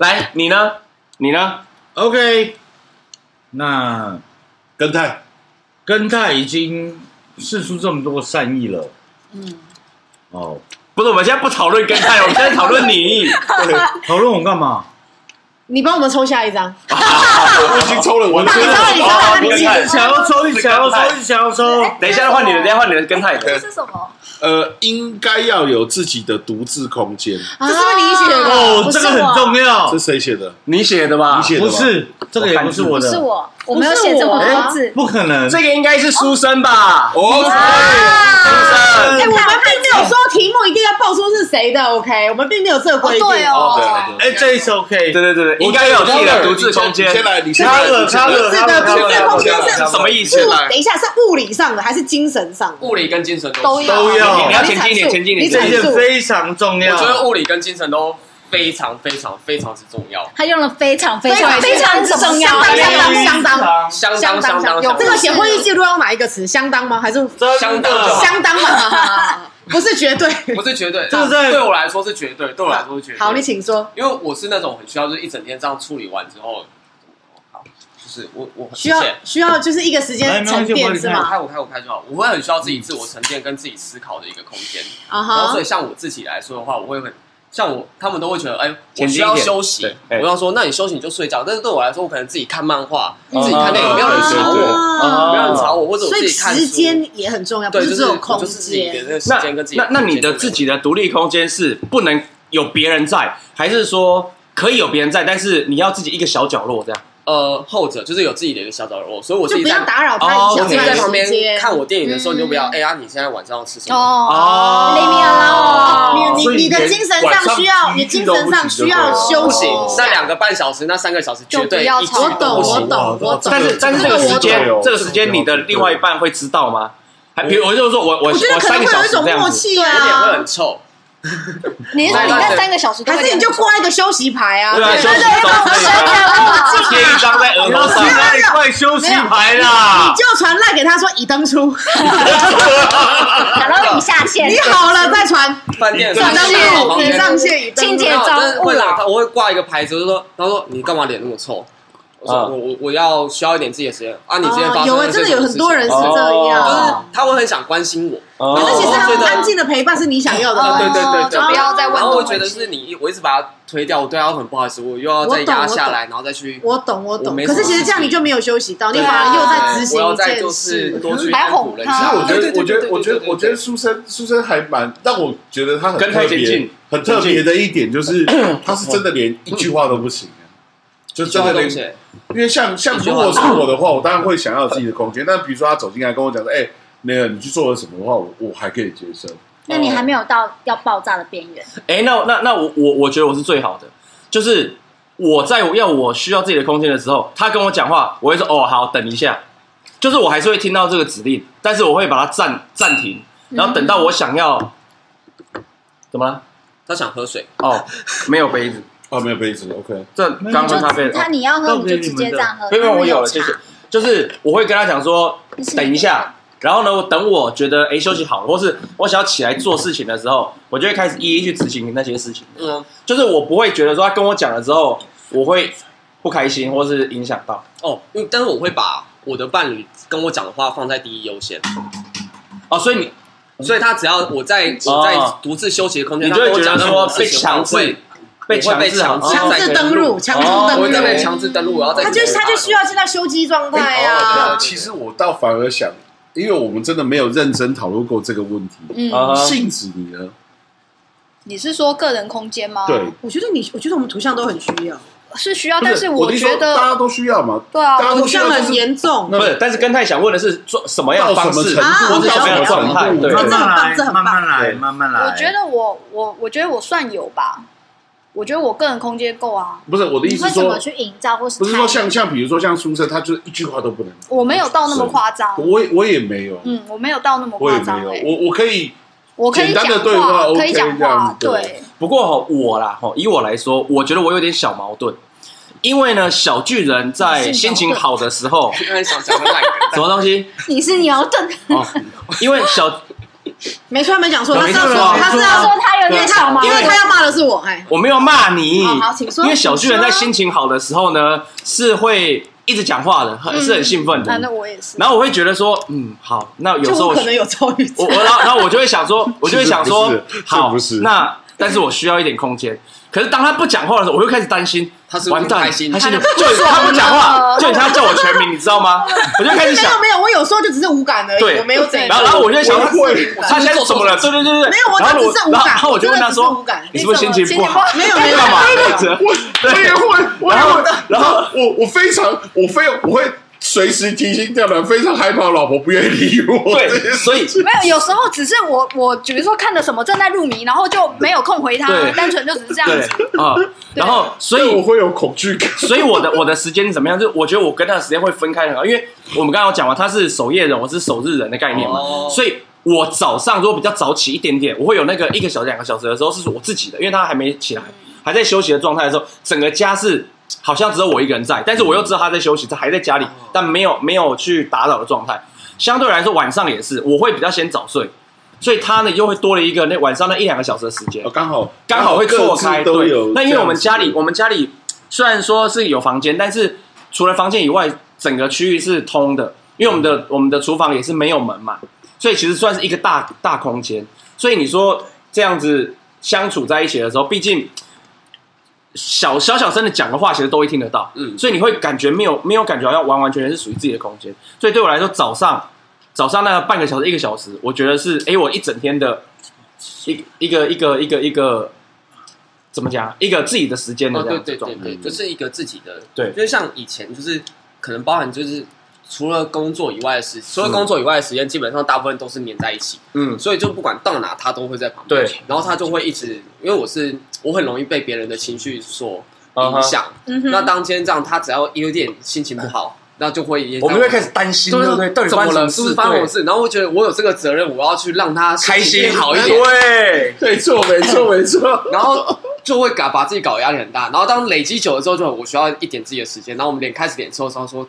S5: 来，你呢？你呢？
S7: OK，那
S4: 跟太
S7: 跟他已经试出这么多善意了，嗯，哦，
S5: 不是，我们现在不讨论跟太，我们现在讨论你。
S7: 讨论我干嘛？
S2: 你帮我们抽下一张，
S4: 我已经抽了，我
S2: 你知道你知道
S7: 一
S2: 你哎
S7: 直
S5: 哦
S2: 知道
S7: 想要抽，一直想要抽，一直想要抽。
S5: 等一下换你的，等一下换你的跟太的。
S6: 是什么？
S4: 呃，应该要有自己的独自空间。
S2: 这是不是你写的？
S7: 哦，
S3: 不是
S7: 这个很重要
S4: 这，谁写的？
S5: 你写的吧？
S4: 你写的
S7: 不
S4: 吧
S7: 是这个也不是
S3: 不
S7: 我
S3: 是
S7: 的，
S3: 我，我没有写这么多字。
S7: 不可能。
S5: 这个应该是书生吧？
S4: 哦，
S5: 书生，
S2: 哎，我们并没有说题目一定要报出是谁的，OK？我们并没有这个规定。
S6: 哦对哦
S4: 对哎
S6: 哦
S7: 哎，这一次
S5: 对
S7: OK，
S5: 对对对，应哎该有自己的独自空间
S4: 你。先来，你先
S7: 他
S4: 来，
S7: 了，他了，他了，他
S2: 独自的
S7: 了
S2: 空间是
S5: 什么意思
S2: 是？
S5: 来
S2: 等一下，是物理上的还是精神上的？
S8: 物理跟精神
S6: 都
S8: 都是
S6: 要
S7: 都要
S5: 你要前进一点，前进一
S2: 你阐
S7: 这
S2: 述
S5: 点。
S7: 一件非常重
S8: 我
S7: 要
S8: 觉。得物理跟精神都非常非常非常之重要，
S3: 他用了非常非常
S6: 非常之重要
S2: 相当相当相当。相
S8: 相当
S2: 当
S8: 相
S2: 相当，
S8: 当相
S2: 这个
S8: 当。
S2: 写会议记录要用哪一个词？相当吗？还是
S8: 相当就好
S2: 相当 <laughs> 嘛？不是绝对。
S8: 不是绝对，
S7: 这个在
S8: 对我来说是绝对，对我来说是绝对。
S2: 好，你请说。
S8: 因为我是那种很需要，就是一整天这样处理完之后，好，就是我我
S2: 需要
S8: 谢谢
S2: 需要就是一个时
S7: 来
S2: 间
S7: 没关
S2: 沉
S7: 系我
S2: 淀
S7: 帮你
S2: 是
S7: 看
S8: 我
S2: 吗？
S8: 开我开我开就好，我会很需要自己自我沉淀跟自己思考的一个空间。
S2: 啊
S8: 然后
S5: 哦
S2: 哈
S8: 所以，像我自己来说的话，我会很像我，他们都会觉得，哎，我
S5: 前进
S8: 需
S5: 一点
S8: 要休息。
S5: 对哎
S8: 我要说，那你休息你就睡觉。但是对我来说，我可能自己看漫画，
S5: 嗯
S8: 自己看电影，
S5: 啊
S8: 没有人吵我，
S2: 啊
S8: 没有人
S5: 嗯
S8: 吵我，或者我
S2: 所
S8: 自
S2: 以
S8: 己看
S2: 时
S8: 书。
S2: 间也很重要，不
S8: 对，就是
S2: 只有空
S8: 我就是自己给
S2: 间。
S8: 那个时
S5: 那
S8: 间跟自己
S5: 那那你的
S8: 空间
S5: 自己的独立空间是不能有别人在，还是说可以有别人在，但是你要自己一个小角落这样？
S8: 呃后者就是有自己的一个小角落，所以我自
S2: 就
S8: 己
S2: 不
S8: 在
S2: 要打扰他影
S8: 我
S2: 响
S8: 自己
S2: 他
S8: 在旁
S2: 的时
S8: 边
S2: 间。嗯
S8: 看我电影的时候，你就不要哎呀，你现在晚上要吃什么？
S5: 哦哦
S6: Leave me alone
S2: 哦你
S7: 所以
S2: 你你的
S7: 连
S2: 精神
S7: 晚
S2: 上
S7: 上
S2: 需要，
S7: 一
S2: 你
S7: 句
S2: 精
S7: 都不
S2: 神上
S7: 行就
S2: 需要
S7: 对
S2: 休
S8: 不
S2: 息
S8: 行
S2: 一，
S8: 那
S2: 下。
S8: 两个半小时，那三个小时绝
S6: 就不
S8: 对
S6: 要
S8: 一
S6: 吵
S8: 句
S2: 我懂，
S8: 都不
S2: 我
S8: 行。
S2: 懂，我懂。
S5: 但是但是这个时间
S7: 这个我懂，
S5: 这个时间你的另外一半会知道吗？还比如我就是说我我
S2: 我觉得
S5: 我
S2: 可
S5: 三
S2: 能
S5: 个小
S2: 会有一
S5: 时
S2: 种
S5: 这样
S2: 默
S5: 子，
S2: 契
S8: 有点会
S2: 啊
S8: 很，臭，
S6: 你是说你那三个小时都会
S2: 还是你就挂一个休息牌啊？
S5: 对啊，休息
S6: 对
S5: 中贴一张在额
S7: 不
S5: 头
S7: 要
S5: 上
S7: 现，在快休息牌啦！
S2: 就传赖给他说已登出，
S3: 打到以下期
S2: <laughs>
S3: 线，
S2: 你好了再传，
S8: 饭店
S2: 上
S8: 饭店
S2: 线
S8: 老房
S2: 你
S8: 间
S2: 上线已登
S3: 清
S2: 录
S3: 洁
S8: 没有
S3: 脏
S8: 真的
S3: 污
S8: 会
S3: 了
S8: 打他，我会挂一个牌子，我就说，他说你干嘛脸那么臭？我说
S1: 啊
S8: 我我我要需要一点自己的时间啊！你今天
S2: 哦
S8: 发生
S2: 有啊，
S8: 了
S2: 真的
S8: 些什
S2: 有
S8: 么
S2: 很多人
S8: 事
S2: 是
S8: 情
S2: 这
S8: 就是
S2: 样。
S8: 他会很想关心我，
S5: 哦
S2: 可是其实
S8: 我觉得
S2: 安静的陪伴是你想要的哦吧，
S8: 啊对对对对
S6: 就不要再问
S8: 然后
S6: 东
S8: 我
S6: 问
S8: 觉得
S6: 西
S8: 是你，我一直把它推掉，我对他很不好意思，我又要再压下来，然后再去，
S2: 我懂我
S8: 我
S2: 懂。
S8: 没
S2: 可是
S8: 什么
S2: 其实这样
S8: 事
S2: 你就没有休息到，你
S8: 对
S5: 啊
S2: 反而又在执行
S8: 我要
S2: 一
S8: 再就
S2: 件
S8: 是
S2: 事。
S8: 多去
S3: 还
S8: 安
S3: 哄
S8: 抚人
S3: 他
S4: 其
S8: 家。
S4: 实我觉
S8: 对
S4: 得，我觉得，我觉
S8: 对对对对
S4: 得，
S8: 对
S4: 我觉得苏珊，苏珊还蛮让我觉得她很
S5: 跟太
S4: 特
S5: 接近
S4: 别，很特别的一点就是，她是真的连一句话都不行啊，就真的连
S8: 东西，
S4: 因为像像
S8: 一句
S4: 如
S8: 话
S4: 果是我的话，我当然会想要有自己的空间。但比如说他走进来跟我讲说：“哎、那个你去做了什么的话，我我还可以接受。
S3: 那你还没有到要爆炸的边缘，
S5: 哎、那那那我我我觉得我是最好的，就是我在我要我需要自己的空间的时候，他跟我讲话，我会说哦好，等一下，就是我还是会听到这个指令，但是我会把它暂暂停，
S3: 嗯
S5: 然后等到我想要、怎么了？
S8: 他想喝水，
S5: 哦，没有杯子，”
S4: 哦，没有杯子，OK。
S5: 这
S7: 有
S5: 刚喝
S3: 你就
S5: 咖啡了，
S3: 他
S5: 哦
S3: 你要喝
S7: 都
S3: 你
S7: 给
S3: 就
S7: 你
S3: 直
S7: 们
S3: 接
S7: 的
S3: 这样喝，
S5: 没有没有，
S3: 他
S5: 我
S3: 会
S5: 有
S3: 有
S5: 了，谢谢
S3: 茶。
S5: 就是我会跟他讲说
S3: 你是
S5: 等一
S3: 没有
S5: 下，然后呢，我等我觉得哎、诶休息好了，或是我想要起来做事情的时候，我就会开始一一去执行那些事情。
S8: 嗯，
S5: 就是我不会觉得说他跟我讲了之后，我会不开心或是影响到。
S8: 哦，因为但是我会把我的伴侣跟我讲的话放在第一优先，
S5: 哦，所以你
S8: 所以他只要我在我在独自休息的空间，
S5: 哦你
S8: 他
S5: 就会
S8: 跟我
S5: 觉
S8: 讲
S5: 得
S8: 任
S5: 说
S8: 何事
S5: 被
S8: 情我
S5: 强
S8: 会
S5: 制，被强制好
S8: 我会
S2: 强
S8: 被强
S2: 制
S8: 制
S2: 登
S5: 哦
S2: 录，强制
S8: 我
S2: 登
S8: 会再被
S2: 录，
S8: 强制登录，我要再
S2: 他就他就需要进到休机状
S6: 哎
S2: 态
S5: 哦
S4: 哦那
S2: 啊。
S4: 其实我倒反而想，因为我们真的没有认真讨论过这个问题。
S6: 嗯，
S5: 呃
S4: 性子你呢？
S6: 你是说个人空间吗？
S4: 对，，
S2: 我觉得你，我觉得我们图像都很需要，
S5: 哦
S6: 是需要，
S4: 不是
S6: 啊但是
S4: 我
S6: 我
S4: 就
S6: 觉
S4: 说大家
S6: 得，
S4: 都需要嘛，
S6: 对啊
S4: 大，家
S2: 图
S4: 都需要
S2: 像
S4: 就是
S2: 很严重。
S4: 那
S5: 不是，但是跟太想问的是做什么样的
S4: 到
S5: 方
S4: 什么程
S5: 式，
S4: 度，
S2: 啊
S5: 或是
S4: 到
S5: 什么
S4: 什
S5: 样
S4: 么
S5: 的状态？
S4: 程度
S5: 对，
S2: 这
S7: 慢
S2: 很
S5: 对
S7: 慢
S2: 棒这很棒
S7: 来，慢慢来，
S5: 对
S7: 慢慢来。
S6: 我觉得我我我觉得我算有吧，我觉得我个人空间够啊，
S4: 不是我的意
S3: 你
S4: 思
S3: 会怎
S4: 说
S3: 么，去营造，或是
S4: 不是
S3: 参
S4: 说
S3: 与
S4: 像像比如说像苏珊，她就是一句话都不能。
S6: 我没有到那么夸张，
S4: 我也我也没有，
S6: 啊嗯，我没有到那么
S4: 我也
S6: 夸
S4: 没
S6: 张
S4: 有，
S6: 欸，
S4: 我我
S5: <laughs>
S4: 可以
S6: 我可以
S4: 简
S6: 讲
S4: 单的对话
S6: 可以
S4: OK，
S6: 讲
S4: 这样
S6: 话
S4: 子，
S6: 对，
S5: 不过哈，我啦哈，以我来说，我觉得我有点小矛盾，因为呢，小巨人在心情好的时候，
S8: 刚才想讲的
S5: <laughs>
S8: 赖人，
S5: 什么东西？
S3: 你是牛顿，
S5: 哦，因为小
S2: 没错，没讲错，
S5: 我
S2: 他
S5: 没
S2: 是要
S5: 错
S2: 说
S5: 啊
S2: 他是
S3: 他
S2: 要
S3: 说他有点
S4: 啊
S3: 小毛
S2: 因
S3: 病
S2: 为他要骂的是我，哎，
S5: 我没有骂你。
S2: 哦好请说
S5: 因为小巨人在心情好的时候呢，是会一直讲话的，
S2: 嗯
S5: 很是很兴奋的。
S6: 啊，那我也是，
S5: 然后我会觉得说，嗯，好，那有
S2: 就
S5: 时候
S2: 我
S5: 我
S2: 可能有躁郁
S5: 我
S2: 症。
S5: 我然后然后我就会想说，我就会想说
S4: 其实不是，
S5: 好
S4: 这不是，
S5: 那但是我需要一点空间。可是当他不讲话的时候，我又开始担心，
S8: 他是不是
S5: 完蛋，
S8: 不开心
S5: 他心里
S8: 他
S5: 就他不讲话，就他叫我全名，你知道吗？我就开始
S2: 没
S5: 想
S2: 有，没有，我有时候就只是无感而已，
S5: 对
S2: 我没有怎样。
S5: 然后然后我就想，
S4: 我
S5: 他
S4: 会
S5: 他现在怎么了？对对对对，
S2: 没有我
S5: 然后
S2: 只是无
S5: 然后
S2: 感
S5: 然后我就问他
S2: 我真的只是无
S5: 说
S2: 感，
S5: 你是不是心情不好？
S2: 没有没有
S5: 干嘛？
S4: 我我也会，我
S5: 啊
S4: 也
S5: 然后
S4: 会，
S5: 然后
S4: 我我非常我非我会随时提心吊胆，非常害怕我老婆不愿意理我。
S5: 对，所以
S6: 没有，有时候只是我我比如说看了什么正在入迷，然后就没有空回他，
S5: 对
S6: 单纯就只是这样
S5: 对
S6: 子，
S5: 啊，然后所以
S4: 我会有恐惧感。
S5: 所以我的我的时间是怎么样？就是我觉得我跟他的时间会分开很好，因为我们刚刚有讲完，他是守夜人，我是守日人的概念嘛，
S8: 哦
S5: 所以。我早上如果比较早起一点点，我会有那个一个小时、两个小时的时候是我自己的，因为他还没起来，还在休息的状态的时候，整个家是好像只有我一个人在，但是我又知道他在休息，他还在家里，但没有没有去打扰的状态。相对来说，晚上也是，我会比较先早睡，所以他呢又会多了一个那晚上那一两个小时的时间
S4: 哦，。刚好
S5: 刚好会错开。
S4: 各自都
S5: 对
S4: 有，
S5: 那因为我们家里，
S4: 这样子
S5: 我们家里虽然说是有房间，但是除了房间以外，整个区域是通的，因为我们的我们的厨房也是没有门嘛，所以其实算是一个大大空间。所以你说这样子相处在一起的时候，毕竟。小小小声的讲的话，其实都会听得到，
S8: 嗯
S5: 所以你会感觉没有没有感觉，好像完完全全是属于自己的空间。所以对我来说，早上早上那半个小时一个小时，我觉得是哎、诶我一整天的一一个一个一个一个怎么讲，啊一个自己的时间的
S8: 哦，
S5: 这
S8: 对
S5: 样子
S8: 对
S5: 的状
S8: 对
S5: 态。
S8: 对，就是一个自己的，
S5: 对
S8: 就像以前就是可能包含就是除了工作以外的时，除了工作以外的时间，基本上大部分都是黏在一起，
S5: 嗯，
S8: 所以就不管到哪他都会在旁边，
S5: 对，
S8: 然后他就会一直，因为我是我很容易被别人的情绪所影响，
S2: 嗯
S8: 那
S2: 哼，
S8: 当今天这样，他只要有点心情不好，那就会也
S5: 我们会开始担心，对不对？到底
S8: 怎么了？是
S5: 是
S8: 不是发生什么事？然后我觉得我有这个责任，我要去让他心
S5: 开
S8: 情
S5: 心
S8: 好一点，
S5: 对，
S4: 没错，没
S8: <laughs>
S4: 错，没错。
S8: 然后就会搞把自己搞得压力很大。然后当累积久了之后，就我需要一点自己的时间。然后我们连开始脸臭的时候说，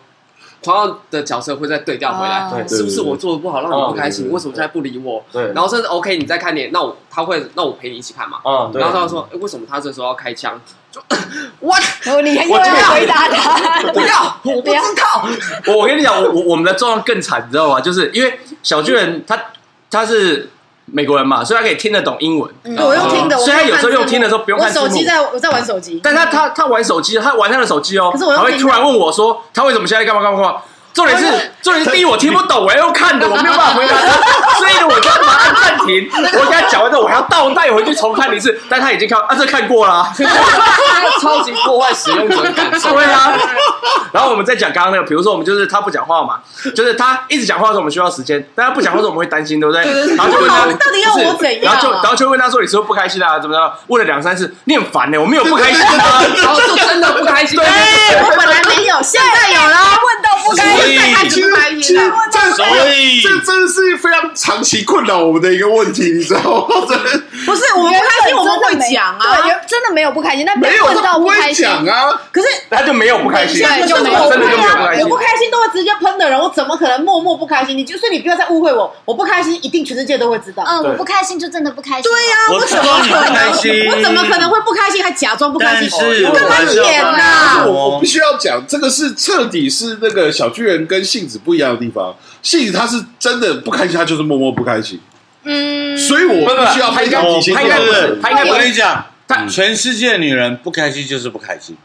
S8: 狂傲的角色会再对调回来，
S4: 啊
S3: 哦
S8: 是不是我做的不好让你不
S4: 哦
S8: 开
S4: 对对
S8: 心？
S4: 对
S8: 为什么现在不理我？
S5: 对
S8: 然后甚至 OK，你再看点，那我他会，那我陪你一起看嘛。
S5: 嗯，对
S8: 然，后他就说，哎，为什么他这时候要开枪？就 what？
S6: 然后你还
S8: 我
S6: 又
S8: 知
S6: 要
S8: 道
S6: 回答
S4: <laughs>
S6: 他，
S8: 不要，我不
S6: 不要
S8: 知道。
S5: 我我跟你讲，我我我们的状况更惨，你知道吗？就是因为小巨人他他是美国人嘛，所以他可以听得懂英文，
S6: 嗯
S2: 对我用听的，我
S5: 所以他有时候用听的时
S2: 候
S5: 候不用
S2: 我
S5: 看字
S2: 手
S5: 幕
S2: 机。在我在玩手机，
S5: 但他他他玩手机，他玩他的手机哦，
S2: 可是我用
S5: 他会
S2: 听
S5: 突
S2: 的
S5: 然问我说他为什么现在干嘛干嘛干嘛。重点
S2: 我
S5: 是
S2: 用，
S5: 重点是第一我听不懂，我要用看的，我没有办法回答他，
S8: <laughs>
S5: 所以呢，我就把它按暂停。我给他讲完之后，我还要倒带回去重看一次，但他已经看，啊，这看过啦、
S8: <laughs> 超级破坏使用者的感 <laughs> 受。
S5: 对啊， <laughs> 然后我们再讲刚刚那个，比如说我们就是他不讲话嘛，就是他一直讲话的时候我们需要时间，但他不讲话的时候我们会担心，
S2: <laughs>
S5: 对不对？然后就问他
S2: 你 <laughs> 到底要我怎样
S5: 然
S2: 啊
S5: 后就然后就问他说你是不是不开心啊？怎么样？问了两三次，你很烦欸呢，我没有不开心啊。
S8: 然后就真的不
S2: <laughs>
S8: 开心。
S2: 我本来没有，现在有了，问到不
S7: 该所以
S2: 再开始怀疑
S4: 哎其实
S2: 了。
S4: 这哎
S7: 所
S5: 哎
S7: 以
S4: 这真是非常长期困扰我们的一个问题，你知道吗？ <laughs> 真的
S2: 不是我们不开心，我们会讲啊
S6: 对，。原真的没有不开心，但被
S4: 没有
S6: 问
S4: 他
S6: 到
S4: 不
S6: 不开
S4: 会
S6: 心，
S4: 讲啊，
S2: 可是
S5: <laughs> 他就没有不开心，
S2: 对，
S5: 真
S2: 就是
S5: 的
S2: 我
S5: 没
S2: 会
S5: 有不
S2: 啊
S5: 开，
S2: 我
S5: 心
S2: 不。开心都会直接喷的人，我怎么可能默默不开心？你就算你不要再误会我，我不开心一定全世界都会知道。
S3: 嗯，
S5: 对
S3: 我不开心就真的不开心。
S2: 对呀、
S7: 我
S2: 我
S7: 知
S2: 怎
S7: 道
S2: 么可
S7: 你不开心
S2: 能？我怎么可能会不开心还假装不开
S7: 但
S2: 心？
S7: 是
S2: 我干
S7: 还
S2: 嘛
S7: 是要
S2: 演
S7: 告诉
S2: 呐、
S7: 你
S4: 我我必须要讲，这个是彻底是那个小巨人跟杏子不一样的地方。杏子她是真的不开心，她就是默默不开心，
S6: 嗯，
S4: 所以我
S5: 不不
S4: 必须要
S5: 他应该
S4: 跟你先
S5: 他应该不是他应该不
S7: 我跟
S5: 是
S7: 你讲，
S5: 他
S7: 全世界的女人不开心就是不开心，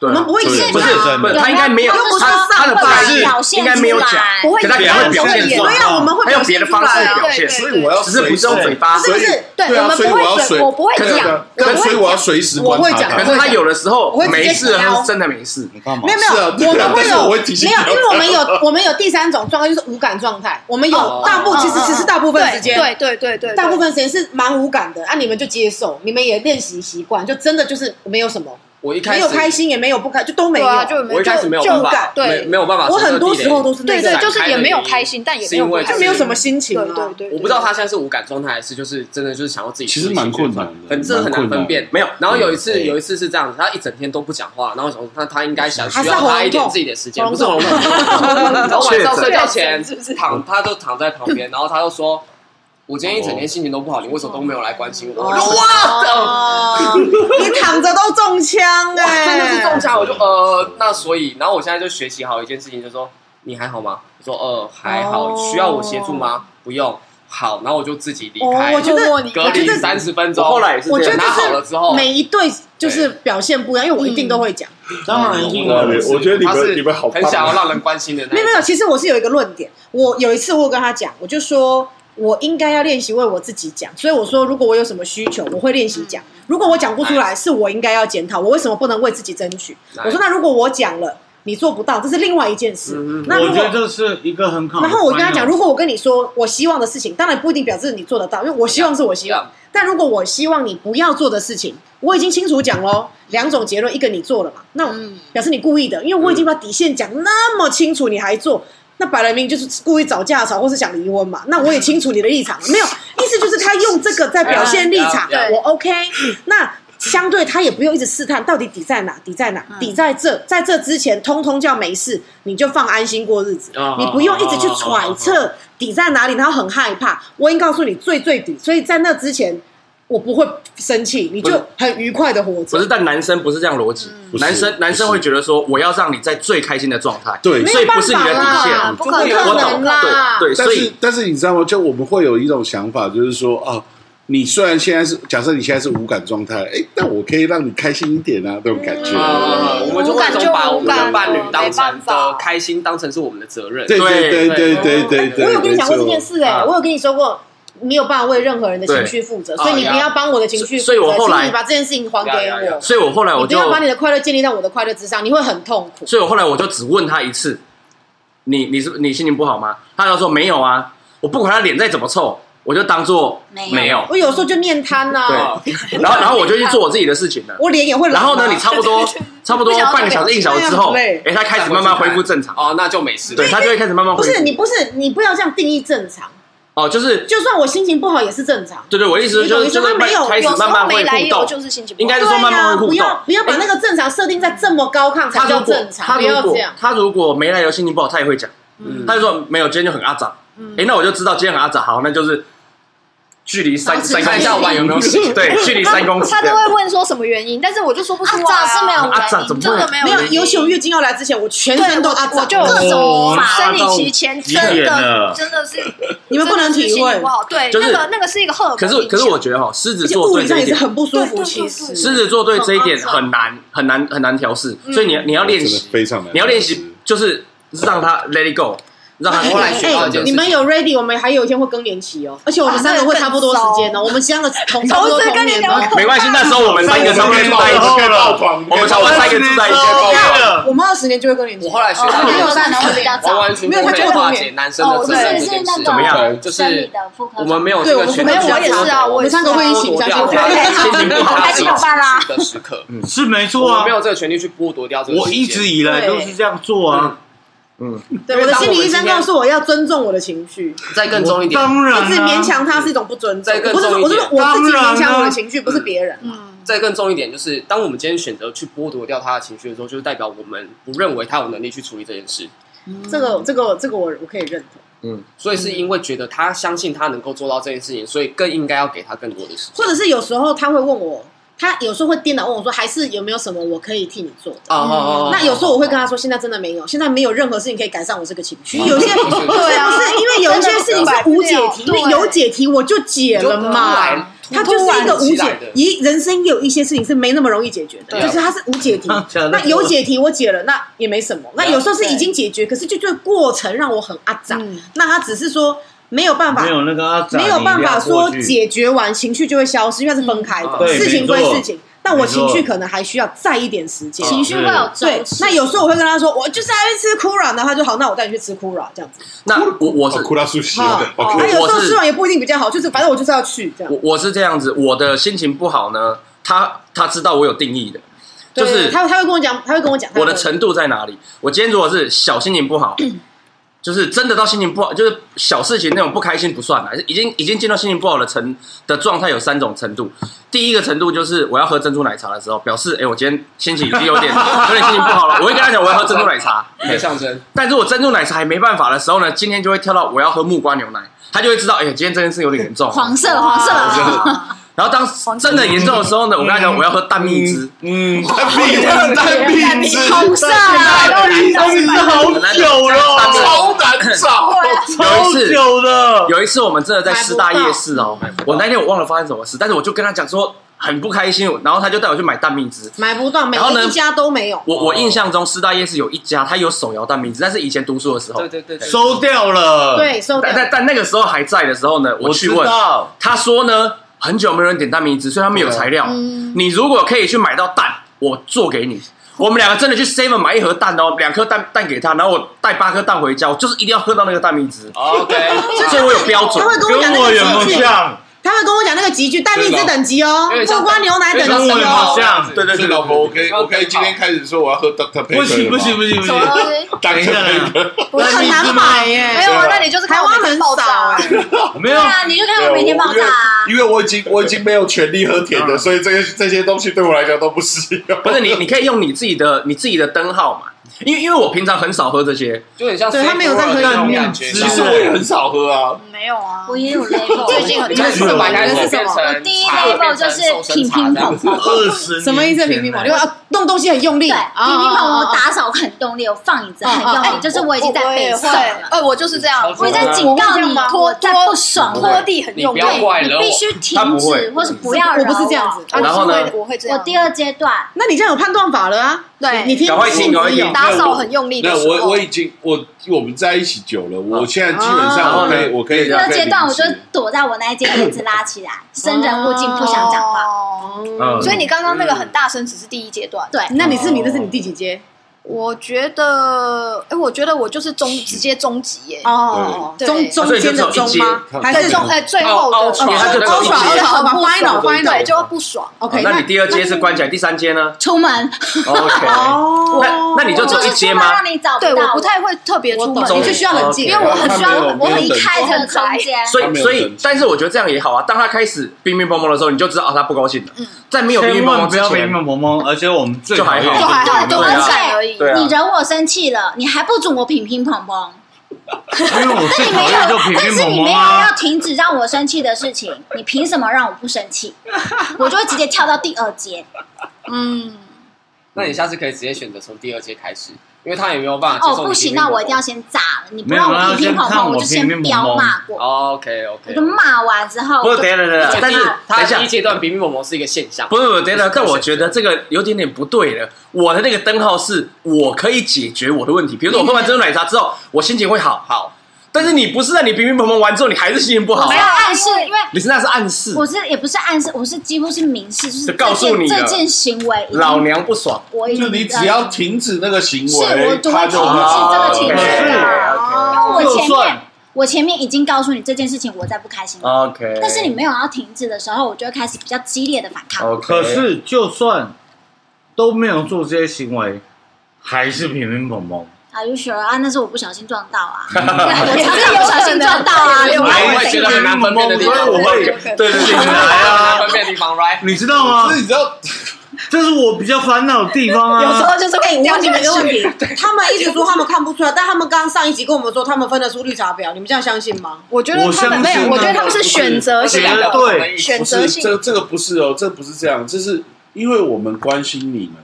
S5: 我
S2: 我们不会
S7: 对
S2: 演
S7: 不是
S2: 啊。
S7: 真
S5: 不是
S7: 的，
S5: 他应该没有
S2: 又不是
S5: 他他的不开
S7: 是
S5: 心
S3: 表现
S5: 应该没有
S3: 出
S5: 讲，
S3: 来
S6: 不会
S5: 可他可能会表现
S6: 演
S5: 出
S2: 对
S5: 来，
S2: 呀、我们会
S5: 他用
S2: 表
S5: 别
S2: 现
S5: 的
S2: 出
S5: 方式
S2: 来啊。
S5: 表
S6: 对
S5: 现，
S6: 对
S4: 所以我要
S5: 只是不是用嘴巴，
S2: 是不是
S6: 对
S4: 对啊
S6: 我们
S4: 所以
S6: 不
S4: 我要
S6: 会
S4: 随
S6: 随，我不会
S4: 对
S6: 讲
S4: 啊，但所以我要随时观察
S2: 我会
S5: 可
S4: 她
S2: 讲。
S5: 是他有的时候
S2: 我会直接
S5: 没事，
S2: 提
S5: 他
S2: 高
S5: 是真的没事。
S7: 你干嘛
S2: 没？有没
S4: 是
S2: 有，
S4: 啊对啊
S2: 我们会
S4: 但是
S2: 有
S4: 我会提醒
S2: 没有，
S4: 你
S2: 因为我们有我们有第三种状况，就是无感状态。我们有
S8: 哦
S2: 大部其实其实大部分时间，
S6: 对对对对对，
S2: 大部分时间是蛮无感的。啊，你们就接受，你们也练习习惯，就真的就是没有什么，
S8: 我一开
S2: 没
S8: 始
S2: 有开心也没有不开，就都没
S6: 对
S2: 有。
S6: 啊，就没
S8: 我一开始没有
S6: 就
S8: 办
S6: 就
S8: 法
S6: 感，
S8: 没
S6: 对
S8: 没有办法承
S2: 我
S8: 受地雷。
S2: 很多时候都是那
S6: 对
S2: 个
S6: 对，
S8: 散开
S6: 就是也
S8: 的
S6: 没有
S8: 原因
S6: 开心，但也
S8: 是
S6: 没有
S8: 因
S6: 不
S8: 为
S6: 开
S2: 就
S6: 心，
S2: 没有什么心情啊。
S6: 对对对，
S8: 我不知道他现在是无感状态，还是就是真的就是想要自己
S7: 其实
S8: 处理
S7: 蛮困难的
S8: 情绪很这很
S7: 蛮困难
S8: 难
S7: 的
S8: 分辨。
S5: 没有
S8: 然后有一次
S7: 对哎
S8: 有一次是这样子，他一整天都不讲话，然后我想说他他应该想
S2: 还
S8: 需
S2: 是
S8: 要
S2: 喉咙
S8: 他一点
S2: 痛
S8: 自己的时间，
S2: 喉
S8: 不
S2: 咙
S8: 是喉咙痛，
S2: <laughs>
S8: 然后晚上睡觉前
S6: 是不是
S8: 躺他就躺在旁边，然后他就说。我今天一整
S7: 哦
S8: 天心情都不好，你为什么都没有来关心我？我
S2: 哦
S8: 就哦哇，
S2: 哇！哦你躺着都中枪哎、
S8: 真的是中。奖，我就呃，那所以，然后我现在就学习好一件事情，就说你还好吗？我说呃还好，
S2: 哦
S8: 需要我协助吗？不用，好，然后我就自己离
S2: 哦
S8: 开，
S2: 我觉得
S8: 隔
S2: 我觉
S8: 离
S2: 得
S8: 三十分
S5: 我
S8: 钟。
S5: 后来也是
S2: 我
S5: 这
S2: 觉
S5: 样
S2: 得
S8: 拿好了
S2: 就
S8: 之后
S2: 是每一对就是表现不一样，因为我一定
S6: 嗯
S2: 都会讲。
S7: 当然一定
S4: 我
S7: 有，
S4: 我觉得你
S8: 他是
S4: 们你们好棒
S8: 很想要让人关心的那
S2: 没
S8: 一
S2: 有
S8: 种
S2: 没有，其实我是有一个论点，我有一次我有跟他讲，我就说我应该要练习为我自己讲，所以我说如果我有什么需求，我会练习讲。
S8: 嗯
S2: 如果我讲不出来，是我应该要检讨，我为什么不能为自己争取？
S8: Nice
S2: 我说那如果我讲了，你做不到，这是另外一件事
S8: 嗯。
S2: 那
S7: 我
S2: 如
S7: 觉
S2: 果
S7: 得这是一个很好的
S2: 然
S7: final。
S2: 后我跟他讲，如果我跟你说我希望的事情，当然不一定表示你做得到，因为我希望是我希
S8: 嗯
S2: 望。但如果我希望你不要做的事情，我已经清楚讲喽，两种结论，一个你做了嘛，那我
S3: 嗯
S2: 表示你故意的，因为我已经把底线讲那么清楚，你还做。那摆了明就是故意找架吵，或是想离婚嘛？那我也清楚你的
S5: <laughs>
S2: 立场，没有意思就是他用这个在表现立场，
S5: 哎
S8: 对
S2: 我 OK。那相对他也不用一直试探到底底在哪，底在哪，
S5: 嗯
S2: 底在这，在这之前通通叫没事，你就放安心过日子。
S8: 哦
S2: 你不用一直去揣
S5: 哦
S2: 测底在哪里，然后很害怕。我已经告诉你最最底，所以在那之前，我不会生气，你
S5: 不是
S2: 就很愉快的活
S5: 不
S2: 着
S5: 是，。但男生不是这样逻辑，
S4: 不是
S5: 男生男生会觉得说，我要让你在最开心的状态，
S4: 对
S5: 所以不是你的
S2: 没有
S5: 底
S2: 办法
S5: 线
S2: 啦，
S5: 嗯
S3: 不可
S5: 对我
S2: 能
S5: 懂，
S2: 啦
S5: 对对，
S4: 但
S5: 所
S4: 是
S5: 以
S4: 但是你知道吗？就我们会有一种想法，就是说啊，你虽然现在是假设你现在是无感状态，哎，但我可以让你开心一点啊，那种感觉。
S8: 啊，我们就
S6: 无感
S8: 会
S6: 就
S8: 总把我
S6: 无
S8: 们
S6: 感
S8: 的伴侣
S6: 了
S8: 当
S6: 没办
S8: 成
S6: 法
S8: 的开心当成是我们的责任。
S4: 对对对对对对，
S2: 我有跟你讲过这件事哎、
S5: 啊
S2: 我有跟你说过。你有办法为任何人的情绪负责，
S8: 对
S2: 所以你
S8: 啊
S2: 不要帮我的情绪负责，
S5: 所以我后来
S2: 请你把这件事情还给
S8: 呀呀呀
S2: 我，
S5: 所以我后来我
S2: 你不
S5: 就，
S2: 要把你的快乐建立在我的快乐之上，你会很痛苦。
S5: 所以我后来我就只问他一次，你你是你心情不好吗？他就说没有啊，我不管他脸再怎么臭，我就当做
S3: 没有
S5: 没有，
S2: 我有时候就面瘫呐、
S5: 对，然后然后我就去做我自己的事情了。
S2: <laughs> 我脸也会
S5: 然
S2: 老啊。
S5: 后呢，你差不多差不多半个小时一小时之后，
S2: 对啊很累
S5: 哎，他开始慢慢恢复正常，
S8: 哦，那就没事。
S5: 对他就会开始慢慢恢
S2: 不
S5: 复。
S2: 是你不是你不要这样定义正常，
S5: 哦，就是
S2: 就算我心情不好也是正常。
S5: 对对，我的意思
S2: 你懂
S5: 就
S2: 意
S5: 是
S2: 思
S5: 就
S2: 吗
S5: 是
S2: 没有
S5: 开始
S6: 有时
S5: 慢
S6: 候
S5: 慢
S6: 没
S5: 会互
S6: 来由
S5: 动，
S6: 就是心情不好，
S5: 应该是
S2: 对
S5: 说
S2: 呀、
S5: 慢慢会
S2: 不
S5: 互动哎
S2: 要。不要把那个正常设定在这么高亢才
S5: 他
S2: 叫
S5: 如果
S2: 正常，
S5: 他
S2: 不
S5: 如
S2: 要这
S5: 果
S2: 样。
S5: 他如果没来由心情不好，他也会讲，
S2: 嗯
S5: 他就说没有，今天就很阿杂。哎，那我就知道今天很阿杂，好，那就是距离三
S2: 保持
S5: 三
S2: 距
S5: 公
S2: 离
S5: 尺对，距离三公尺
S6: 他
S5: 这
S6: 都
S5: 样。
S6: 会问说什么原因，但是我就说不出
S3: 阿
S6: 来、
S3: 扎
S6: 啊
S3: 是没有
S5: 阿扎
S3: 原
S5: 啊怎
S3: 因，
S5: 么
S3: 真的
S5: 会
S3: 没有
S2: 没有
S3: 原因
S2: 有喜有月经要来之前，我全
S6: 对，
S2: 身都阿
S6: 我
S2: 杂
S6: 我就有各种
S5: 哦
S6: 生理期前
S7: 极点
S6: 真的
S7: 了
S6: 真的是
S2: 你们不能体
S6: 真的是心
S2: 会
S6: 情不，好，对，
S5: 就是
S6: 那个那个是一个荷尔蒙
S5: 可是可是我觉得哈，狮子
S2: 而且
S5: 座
S2: 物
S5: 对
S2: 理
S5: 这
S2: 上
S5: 一
S2: 也是
S5: 点，
S2: 很嗯不舒
S6: 对
S2: 服。
S6: 对
S2: 其
S6: 对
S2: 实
S6: 对
S5: 狮子座对这一点很难很难很难调试，
S2: 嗯
S5: 所以你你要练
S4: 真
S5: 习
S4: 的，非常难。
S5: 你要练习，就是让他 let it go，让他
S2: 哎
S5: 过来
S8: 学到一件事情
S2: 你们有 ready，我们还有一天会更年期哦，而且我们三个会差不多时间哦，我们三个同差不多
S6: 同时
S2: 同
S6: 跟你
S2: 年
S6: 聊
S2: 哦。
S5: 没关系，那时候我们三个差不多住在一起，
S4: 爆棚，
S5: 我们差不多三个住在一起，
S2: 我们二十年就会更年期
S8: 我。后来学
S3: 哦
S8: 到一
S3: 没
S8: 件
S3: 有
S8: 事
S3: 办
S8: 情，
S3: 法会比较早
S8: 完。完全
S2: 没有
S8: 全
S2: 我
S8: 可
S2: 觉
S8: 以
S2: 得
S8: 化
S2: 我
S8: 解男生的
S3: 哦
S8: 自然
S3: 对
S8: 这件
S3: 是那
S8: 事。
S3: 种怎么
S5: 样
S8: 就是
S3: 生理的妇科
S8: 我
S3: 症
S8: 们没有
S2: 对
S8: 这
S2: 我
S8: 个
S2: 们
S8: 权
S2: 没
S8: 利
S2: 有
S8: 去
S2: 我也
S8: 剥
S2: 是啊
S8: 夺
S2: 我也是啊
S8: 剥夺
S2: 我也是啊
S8: 掉
S2: 我
S8: 他
S2: 也是啊
S8: 心情不好
S3: 开始有伴啦
S8: 的时刻，
S7: 是没错
S8: 我
S7: 啊
S8: 们没，有这个权利去剥夺掉这个时
S7: 我
S8: 间。
S7: 一直以来都是这样做啊。
S2: 对，我的心理医生告诉我要尊重我的情
S8: <laughs>
S2: 绪，
S8: 再更重一点，
S7: 当然、啊，
S2: 一直勉强他是一种不尊重
S8: 再。更
S2: 不是说，
S8: 重一
S2: 我是说
S8: 点
S2: 我自己
S7: 当然
S2: 勉强我的
S7: 啊
S2: 情绪，不是别人。
S6: 嗯，
S8: 再更重一点，就是当我们今天选择去剥夺掉他的情绪的时候，就是代表我们不认为他有能力去处理这件事，
S2: 这个这个这个我我可以认同，
S8: 所以是因为觉得他相信他能够做到这件事情，所以更应该要给他更多的时间
S2: 或者是有时候他会问我，他有时候会颠倒问我说，还是有没有什么我可以替你做的？
S8: 哦哦哦
S2: 那有时候我会跟他说，现在真的没有，现在没有任何事情可以改善我这个情绪。有些
S8: 嗯
S2: 不是不
S6: 对啊
S2: 是因为有一些事情是无解题，因
S6: 真的
S2: 为有解题我就解了
S8: 就突
S2: 嘛
S5: 啊
S8: 然。
S2: 它就是一个无
S8: 突然起来
S2: 解
S8: 的，
S2: 一人生也有一些事情是没那么容易解决的，
S8: 对啊
S2: 就是它是无解题。
S7: 讲得
S2: 那有解题我解了，那也没什么。那有时候是已经解决，可是就这个过程让我很阿杂
S6: 嗯。
S2: 那他只是说没有办法
S7: 没，有那个阿展
S2: 没有办法说，
S7: 你一定要过去
S2: 解决完情绪就会消失，因为它是分开
S8: 嗯
S2: 的，
S8: 对
S2: 事情
S7: 没
S2: 归
S7: 错
S2: 事情。但我情绪
S7: 没错
S2: 可能还需要再一点时间，
S3: 情绪会有
S2: 对
S3: 周，期。
S2: 那有时候我会跟他说，我就是要去吃枯软，然后他就好，那我带你去吃枯软这样子。
S5: 那我我是
S4: 库拉苏西，
S2: 哦，
S5: 我
S2: 那有时候
S5: 我是
S2: 吃完也不一定比较好，就是反正我就是要去这样
S5: 我。我是这样子，我的心情不好呢，他他知道我有定义的，就
S2: 对
S5: 是
S2: 他他会跟我讲，他会跟我讲
S5: 我的
S2: 成
S5: 程度在哪里。我今天如果是小心情不好，就是真的到心情不好，就是小事情那种不开心不算了，已经已经进到心情不好的程的状态有三种程度。第一个程度就是我要喝珍珠奶茶的时候，表示哎、诶我今天心情已经有
S8: <laughs>
S5: 点有点心情不好了，我会跟他讲我要喝珍珠奶茶。
S8: 一个象征。
S5: 但是我珍珠奶茶还没办法的时候呢，今天就会跳到我要喝木瓜牛奶，他就会知道哎、呀，今天这件事有点严重哦。
S3: 黄色，黄色
S5: 我觉得
S6: 啊
S5: 然后当真的严重的时候呢，我跟他讲我要喝蛋蜜汁，
S7: 嗯，
S2: <laughs>
S4: 蛋饼汁，
S6: 红色啊，
S7: 当时好
S5: 蛋
S4: 超
S7: 久了，
S4: 难找，
S7: 超久了，
S5: 有一次我们真的在师大夜市哦，我那天我忘了发生什么事，但是我就跟他讲说很不开心，然后他就带我去买蛋蜜汁。
S2: 买不到，每
S5: 然后呢哦
S2: 一家都没有。
S5: 我我印象中师大夜市有一家，他有手摇蛋蜜汁，但是以前读书的时候
S8: 对，对对，对
S7: 收掉了，，
S2: 对，收掉
S5: 但。但但那个时候还在的时候呢，
S7: 我
S5: 去
S7: 知
S5: 问
S7: 道，
S5: 他说呢，很久没有人点蛋蜜汁，所以他们有材料。你如果可以去买到蛋，我做给你。我们两个真的去 Seven 买一盒蛋哦，两颗蛋蛋给他，然后我带八颗蛋回家，我就是一定要喝到那个蛋蜜汁。
S8: OK，
S5: 所以我有标准
S2: 他，会跟我讲
S7: 跟
S2: 那
S7: 我有
S2: 个
S7: 没
S2: 集
S7: 有
S2: 聚，
S7: 像？
S2: 他会跟我讲那个集聚，蛋蜜汁等级哦
S8: 有，点像
S2: 木瓜牛奶等
S7: 跟
S2: 级
S7: 我有没有
S2: 哦。
S7: 像？
S5: 对对
S4: 所以
S5: 对，
S4: 老婆，我可以，
S8: 要
S4: 我可以今天开始说我要喝 Doctor Pepper，
S7: 不行不行不
S4: 行，
S7: 行不
S3: 什
S7: 行
S3: 么，东西？
S4: Doctor
S7: 等一下
S4: Pepper，
S2: 我很难买
S6: 没
S2: 耶，
S6: 有啊，那你就是
S2: 台湾很
S6: 爆
S2: 少
S6: 炸
S5: <laughs>
S6: 啊
S2: 哎，。
S3: 对
S7: 没有，
S3: 啊，你就看我每天爆炸啊。
S4: 因为我已经我已经没有权利喝甜的，所以这些这些东西对我来讲都不适用。
S5: 不是你，你可以用你自己的你自己的灯号嘛，因为因为我平常很少喝这些，
S8: 就很像
S2: 对他没有在喝
S8: 那
S7: 蛋
S8: 种
S7: 面
S8: 感觉。
S7: 汁
S4: <laughs> 其实我也很少喝啊，
S6: 没有啊，
S3: 我也有 label，
S6: 最近很
S8: 你们是什么？
S4: 你
S2: 们是什么
S3: 我第一 label 就是
S8: 平
S3: 乒
S8: 平
S3: 乒乓乓。
S7: 二十年
S2: 什么意思？平平
S7: 前
S2: 毛，
S7: 呢
S2: 你要弄啊东西很用力。
S3: 对，
S2: 啊
S3: 乒乒乓
S2: 啊啊
S3: 乓
S2: 啊
S3: 打扫很用力，我放椅子很用
S6: 哎
S3: 力，就是我已经在背诵
S6: 对，
S3: 了。
S6: 呃，我就是这
S5: 哦
S6: 样，
S3: 我在警告你
S6: 啊
S3: 拖在不爽了
S6: 拖地很用力
S8: 你不，要怪
S3: 你
S8: 了我
S3: 必须
S5: 他
S3: 停
S5: 不
S3: 止
S5: 会，
S3: 或是不要
S2: 我
S3: 惹
S2: 不是这样子，
S6: 啊
S5: 然后呢
S6: 就是会我会这
S3: 我
S6: 样，
S3: 第二阶段
S2: 那你这样有判断法了啊？
S6: 对
S2: 你你听
S5: 赶快听
S2: 信哦
S5: 赶快
S2: 子
S5: 听
S2: 有。
S6: 打扫很用力的
S4: 那
S6: 时候，
S4: 我我已经我我们在一起久了，我现在基本
S2: 啊
S4: 上我
S5: 然
S4: 可
S5: 后
S4: 以
S5: 呢
S4: 我可以
S3: 第二阶段，我就
S4: 可以理解
S3: 躲在我那一间椅子拉起来，生人勿近，不想讲话。
S6: 话。
S5: 嗯
S6: 所以你刚刚那个很大声，只是第一阶段。
S3: 对，
S2: 那你是你那是你第几阶？
S6: 我觉得，哎，我觉得我就是终直接终极耶，
S2: 哦，
S6: 对
S2: 中
S6: 对
S2: 中间的中吗？还
S6: 在
S2: 是
S6: 终哎最后
S8: 凹凹
S6: 的
S8: 出
S6: 哦
S8: 来
S6: 就
S8: 他就
S6: 凹出来
S2: 凹出来
S6: 好吧
S2: 好吧
S6: ，final
S2: final，
S6: final，
S2: final
S6: 对，就会不爽，
S2: OK？
S5: 那你第二阶是关起来，第三阶呢
S3: 出门，
S5: ？OK，
S2: 哦，
S5: 那那你就
S3: 我
S5: 走
S3: 就
S5: 一
S3: 是出
S5: 阶
S3: 门
S5: 吗
S3: 让？你找
S6: 对
S3: 到
S6: 我不太会特别
S2: 我
S6: 出
S2: 懂
S6: 门，，
S2: 你
S5: 中
S2: 就需要冷静，
S5: 因为
S6: 因为我很需要
S4: 他没有，
S6: 我很
S4: 没有
S6: 一
S4: 等
S6: 开
S3: 我
S6: 很
S3: 很
S6: 中
S3: 中
S6: 间，
S3: 间，
S5: 所
S4: 他
S5: 以，
S4: 没有
S5: 所以
S4: 等，级
S5: 但是我觉得这样也好啊。当他开始乒乒乓乓的时候，你就知道啊，他不高兴了。在没有乒乒
S7: 千
S5: 乓乓
S7: 万不
S5: 之
S7: 要被
S5: 前，
S7: 蒙蒙蒙，而且我们最
S5: 就还好
S7: 讨厌
S6: 就还好，
S3: 对
S6: 就
S3: 对
S6: 很
S3: 对
S6: 闪而已。
S5: 哦对啊
S3: 你惹我生气了，你还不准我乒乒乓乓，
S7: 因为我最
S3: 你
S7: 讨
S3: 没
S7: 厌就
S3: 有，
S7: 平
S3: 但
S7: 平
S3: 是
S7: 蒙
S3: 你没
S7: 蒙
S3: 有要
S7: 啊。
S3: 停止让我生气的事情，你凭什么让我不生气？我就会直接跳到第二节，
S6: 嗯，
S8: 那你下次可以直接选择从第二阶开始，因为他也没有
S7: 啊
S8: 办法接
S3: 哦，
S8: 受。
S3: 不行，那我一定要。先炸了，你不
S7: 没有
S3: 让
S7: 啊
S3: 我乒乒乓
S7: 先看
S3: 乓，
S7: 我
S3: 我就
S7: 乒乒
S3: 先
S7: 乓
S3: 飙
S7: 乓
S3: 骂过，
S8: OK
S3: 我就
S8: OK。
S3: 骂完之后，
S5: 不
S3: 我
S5: 是，
S3: 就
S5: 等一下等一下，
S3: 讲
S5: 但是
S3: 话
S5: 等
S8: 他
S5: 一下
S8: 第一，阶段比比某某是一个现象，
S5: 不是不是，等一下，
S8: 不是
S5: 但我觉得这个有点点不对了。我的那个灯号是我可以解决我的问题，比如说我喝完珍珠奶茶之后，我心情会好好，但是你不是在你乒乒乓乓完之后，你还是心情不好
S3: 没有
S5: 啊，
S3: 暗示，因为
S5: 你是那是暗示，
S3: 我是也不是暗示，我是几乎是明示，就是
S5: 就告诉
S3: 这件
S5: 你了
S3: 这件行为已经，
S5: 老娘不爽。
S3: 我已经呃
S4: 就你只要停止那个行
S3: 是我
S4: 为，
S3: 就
S4: 他
S3: 会
S4: 就啊
S3: 停止这个情
S4: 情
S3: 绪
S4: 绪。
S3: 的，因为我前
S7: 就
S3: 面
S7: 算
S3: 我前面已经告诉你这件事情，我在不开
S7: 哦
S3: 心了。
S5: 哦 OK，
S3: 但是你没有要停止的时候，我就会开始比较激烈的反抗。
S5: OK，
S7: 可是就算都没有做这些行为，还是平平蒙蒙。
S3: Are you sure 啊？那是我不小心撞到啊，对我常常不小心撞到啊。
S6: 有可能
S8: 我也
S3: 我
S8: 会觉得很难分辨的地
S7: 所以
S8: 方，
S7: 我会
S6: 有可能
S7: 对对对，
S8: 很
S7: 来
S8: 难
S7: 啊！
S8: 分辨的地方，right？
S7: 你知道吗
S4: 所以？你知道，
S7: 这是我比较烦恼的地方
S6: 有时
S7: 啊。
S6: 候就是会
S2: 哎我
S6: 掉
S2: 问你
S6: 进
S2: 们一个问
S6: 去。
S2: 题， <laughs> 他们一直说他们看不出来，但他们刚刚上一集跟我们说他们分得出绿茶婊，你们这样相信吗？
S6: 我觉得
S7: 我
S6: 他
S7: 相
S6: 们没有，
S7: 信
S6: 我觉得
S7: 啊
S6: 他们是
S4: 不是
S6: 选择性
S7: 绝
S6: 的，
S7: 对
S6: 选
S4: 不
S6: 择
S4: 是
S6: 性
S4: 这这个不是哦，这不是这样，这是因为我们关心你们，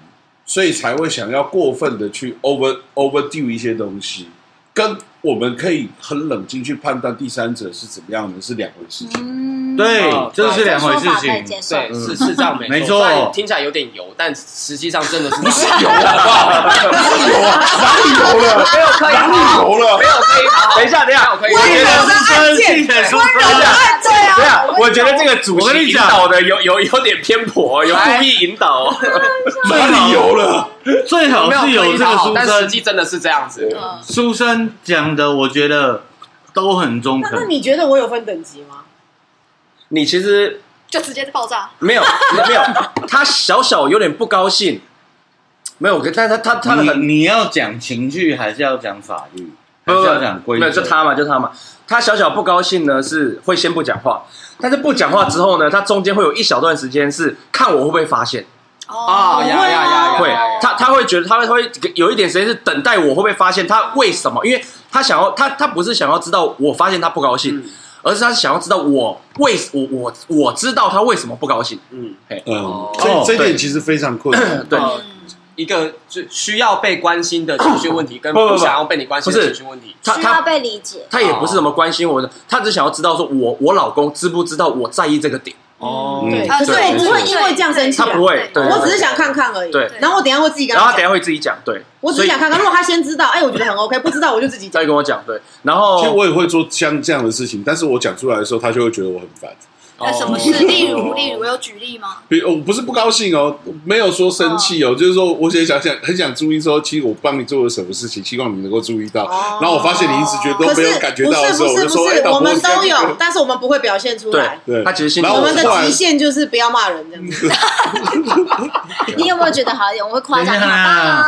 S4: 所以才会想要过分的去 over overdo 一些东西，跟我们可以很冷静去判断第三者是怎么样的是两回事情。
S3: 嗯，
S7: 对，这是两回
S3: 说
S7: 事
S3: 法可以
S7: 情。
S3: 接受。
S8: 对，是
S5: 嗯
S8: 是这样，
S7: 没
S8: 错。
S7: 错
S8: 虽然听起来有点油，但实际上真
S5: <laughs>
S8: 的是油，好不好？没有可以
S4: 哪里有了
S5: 没？有可以，等一下等一下，我可以。
S7: 觉得是生气才说
S5: 等一
S7: 法。
S5: 下
S6: 对啊
S5: 等一下， <laughs> 我觉得这个主
S7: 我跟
S5: 席
S7: 你
S5: 引
S7: 讲
S5: 导的有有有点偏颇，有故意引导哦。
S4: 哪里有了？
S7: 最好
S8: 没
S7: 是
S8: 有刻
S7: 有
S8: 意
S7: 这个
S8: 讨好
S7: 书
S8: 但实
S7: 生，
S8: 际真的是这样子。
S5: 哦
S7: 书生讲的，我觉得都很中
S2: 那那
S7: 肯。
S2: 你觉得我有分等级吗？
S5: <laughs> 你其实
S6: 就直接爆炸。
S5: 没有没有，他小小有点不高兴，没有，但他他他的
S7: 你
S5: 很
S7: 你要讲情绪，还是要讲法律，还
S5: 不
S7: 是要
S5: 是
S7: 讲规
S5: 没
S7: 则？
S5: 有就他嘛，就他嘛。他小小不高兴呢，是会先不讲话，但是不讲话之后呢，他中间会有一小段时间是看我会不会发现，
S8: 啊呀呀呀呀！
S5: 会，他他会觉得他会他会有一点时间是等待我会不会发现他为什么，因为他想要他他不是想要知道我发现他不高兴，
S8: 嗯
S5: 而是他想要知道我为我我我知道他为什么不高兴。
S8: 嗯，
S4: 嗯
S8: 哦，
S4: 这这
S5: 对
S4: 点其实非常困难。
S5: 对，
S8: 一个就需要被关心的情绪问题，跟
S5: 不不不
S8: 不想要被你关心的
S5: 不是
S8: 情绪问题。
S5: 他
S3: 需要
S5: 他
S3: 被理解。 <laughs>
S5: 他也不是怎么关心我的，他只想要知道说我我老公知不知道我在意这个点，
S8: 哦
S4: 嗯
S2: 可是我不会因为这样生气
S5: 他
S2: 啊，
S5: 不会，对，
S2: 我只是想看看而已。
S5: 对
S2: 然后我等一下会自己跟
S5: 然后
S2: 他
S5: 他等一
S2: 讲，
S5: 下会自己讲，对，
S2: 我只是想看看，如果他先知道，哎，我觉得很 OK，不知道我就自己
S5: 他
S2: 讲。
S5: 会跟我讲，对，然
S4: 其实
S5: 后
S4: 我也会做像这样的事情，但是我讲出来的时候，他就会觉得我很烦。
S6: 那什么事？例如，例如，有举例吗？
S4: 比我不是不高兴哦，没有说生气哦，就是说我想想想很想注意说，其实我帮你做了什么事情，希望你能够注意到。
S2: 哦
S4: 然后我发现你一直觉得
S2: 可
S4: 都
S2: 是
S4: 没有感觉到的时候，
S2: 不
S4: 我
S2: 是不
S4: 就说：“哎
S2: 是，不是，
S4: 老
S2: 我
S4: 婆
S2: 们
S4: 你这样
S2: 都
S4: 子
S2: 有，但是我们不会表现出
S5: 对
S2: 来。
S4: 对，
S5: 他其实心里
S4: 然
S2: 我
S4: 后
S2: 们的
S4: 后来
S2: 极限就是不要骂人这样
S4: 嗯
S2: 子。
S3: 你有没有觉得好一点？我会夸奖
S7: 等一下
S3: 他啊，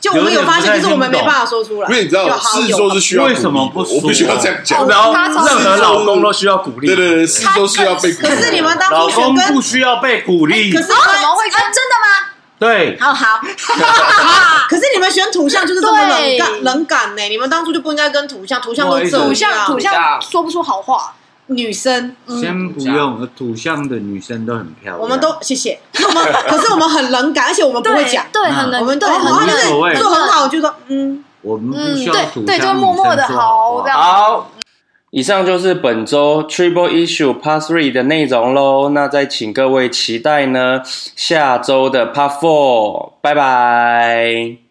S2: 就我们有发现，可是我们没办法说出来。
S4: 因为你知道
S2: 有好哦
S4: 四
S2: 有
S4: 周是需要鼓励
S7: 为什么不
S4: 我必须
S7: 说
S4: 要这样讲。
S5: 然后任何老公都需要鼓励，
S4: 对对对，四周是要被鼓励。
S2: 可是你们当
S7: 老
S2: 初选
S7: 公
S2: 跟哎
S7: 不需要被鼓励
S2: 可。是
S3: 啊怎么会？啊，真的吗？
S7: 对，
S3: 好好，
S2: 可是
S6: 哦
S2: 你们选土象就是这么冷
S6: 对
S2: 感冷感呢、你们当初就不应该跟土象，土象都这样
S6: 土象，土
S8: 这
S6: 象
S8: 样
S6: 说不出好话。
S2: 女生，
S7: 先不用，土象的女生都很漂亮。
S2: 我们
S4: 啊
S2: 都谢谢。 <laughs> 我们可是我们很冷感，而且我们不
S6: 对
S2: 会讲，
S6: 对，
S7: 嗯
S6: 很能，
S2: 我们都
S6: 对，很
S2: 好
S7: 无
S2: 像
S6: 能，
S2: 是
S7: 所谓
S2: 做很好，就说嗯，
S7: 我们不
S6: 嗯，
S7: 需要土象
S6: 对
S7: 女生
S6: 对，就默默的
S7: 做好
S6: 好这样。
S5: 好，
S1: 以上就是本周 Triple Issue Part Three 的内容喽。那再请各位期待呢下周的 Part Four，拜拜。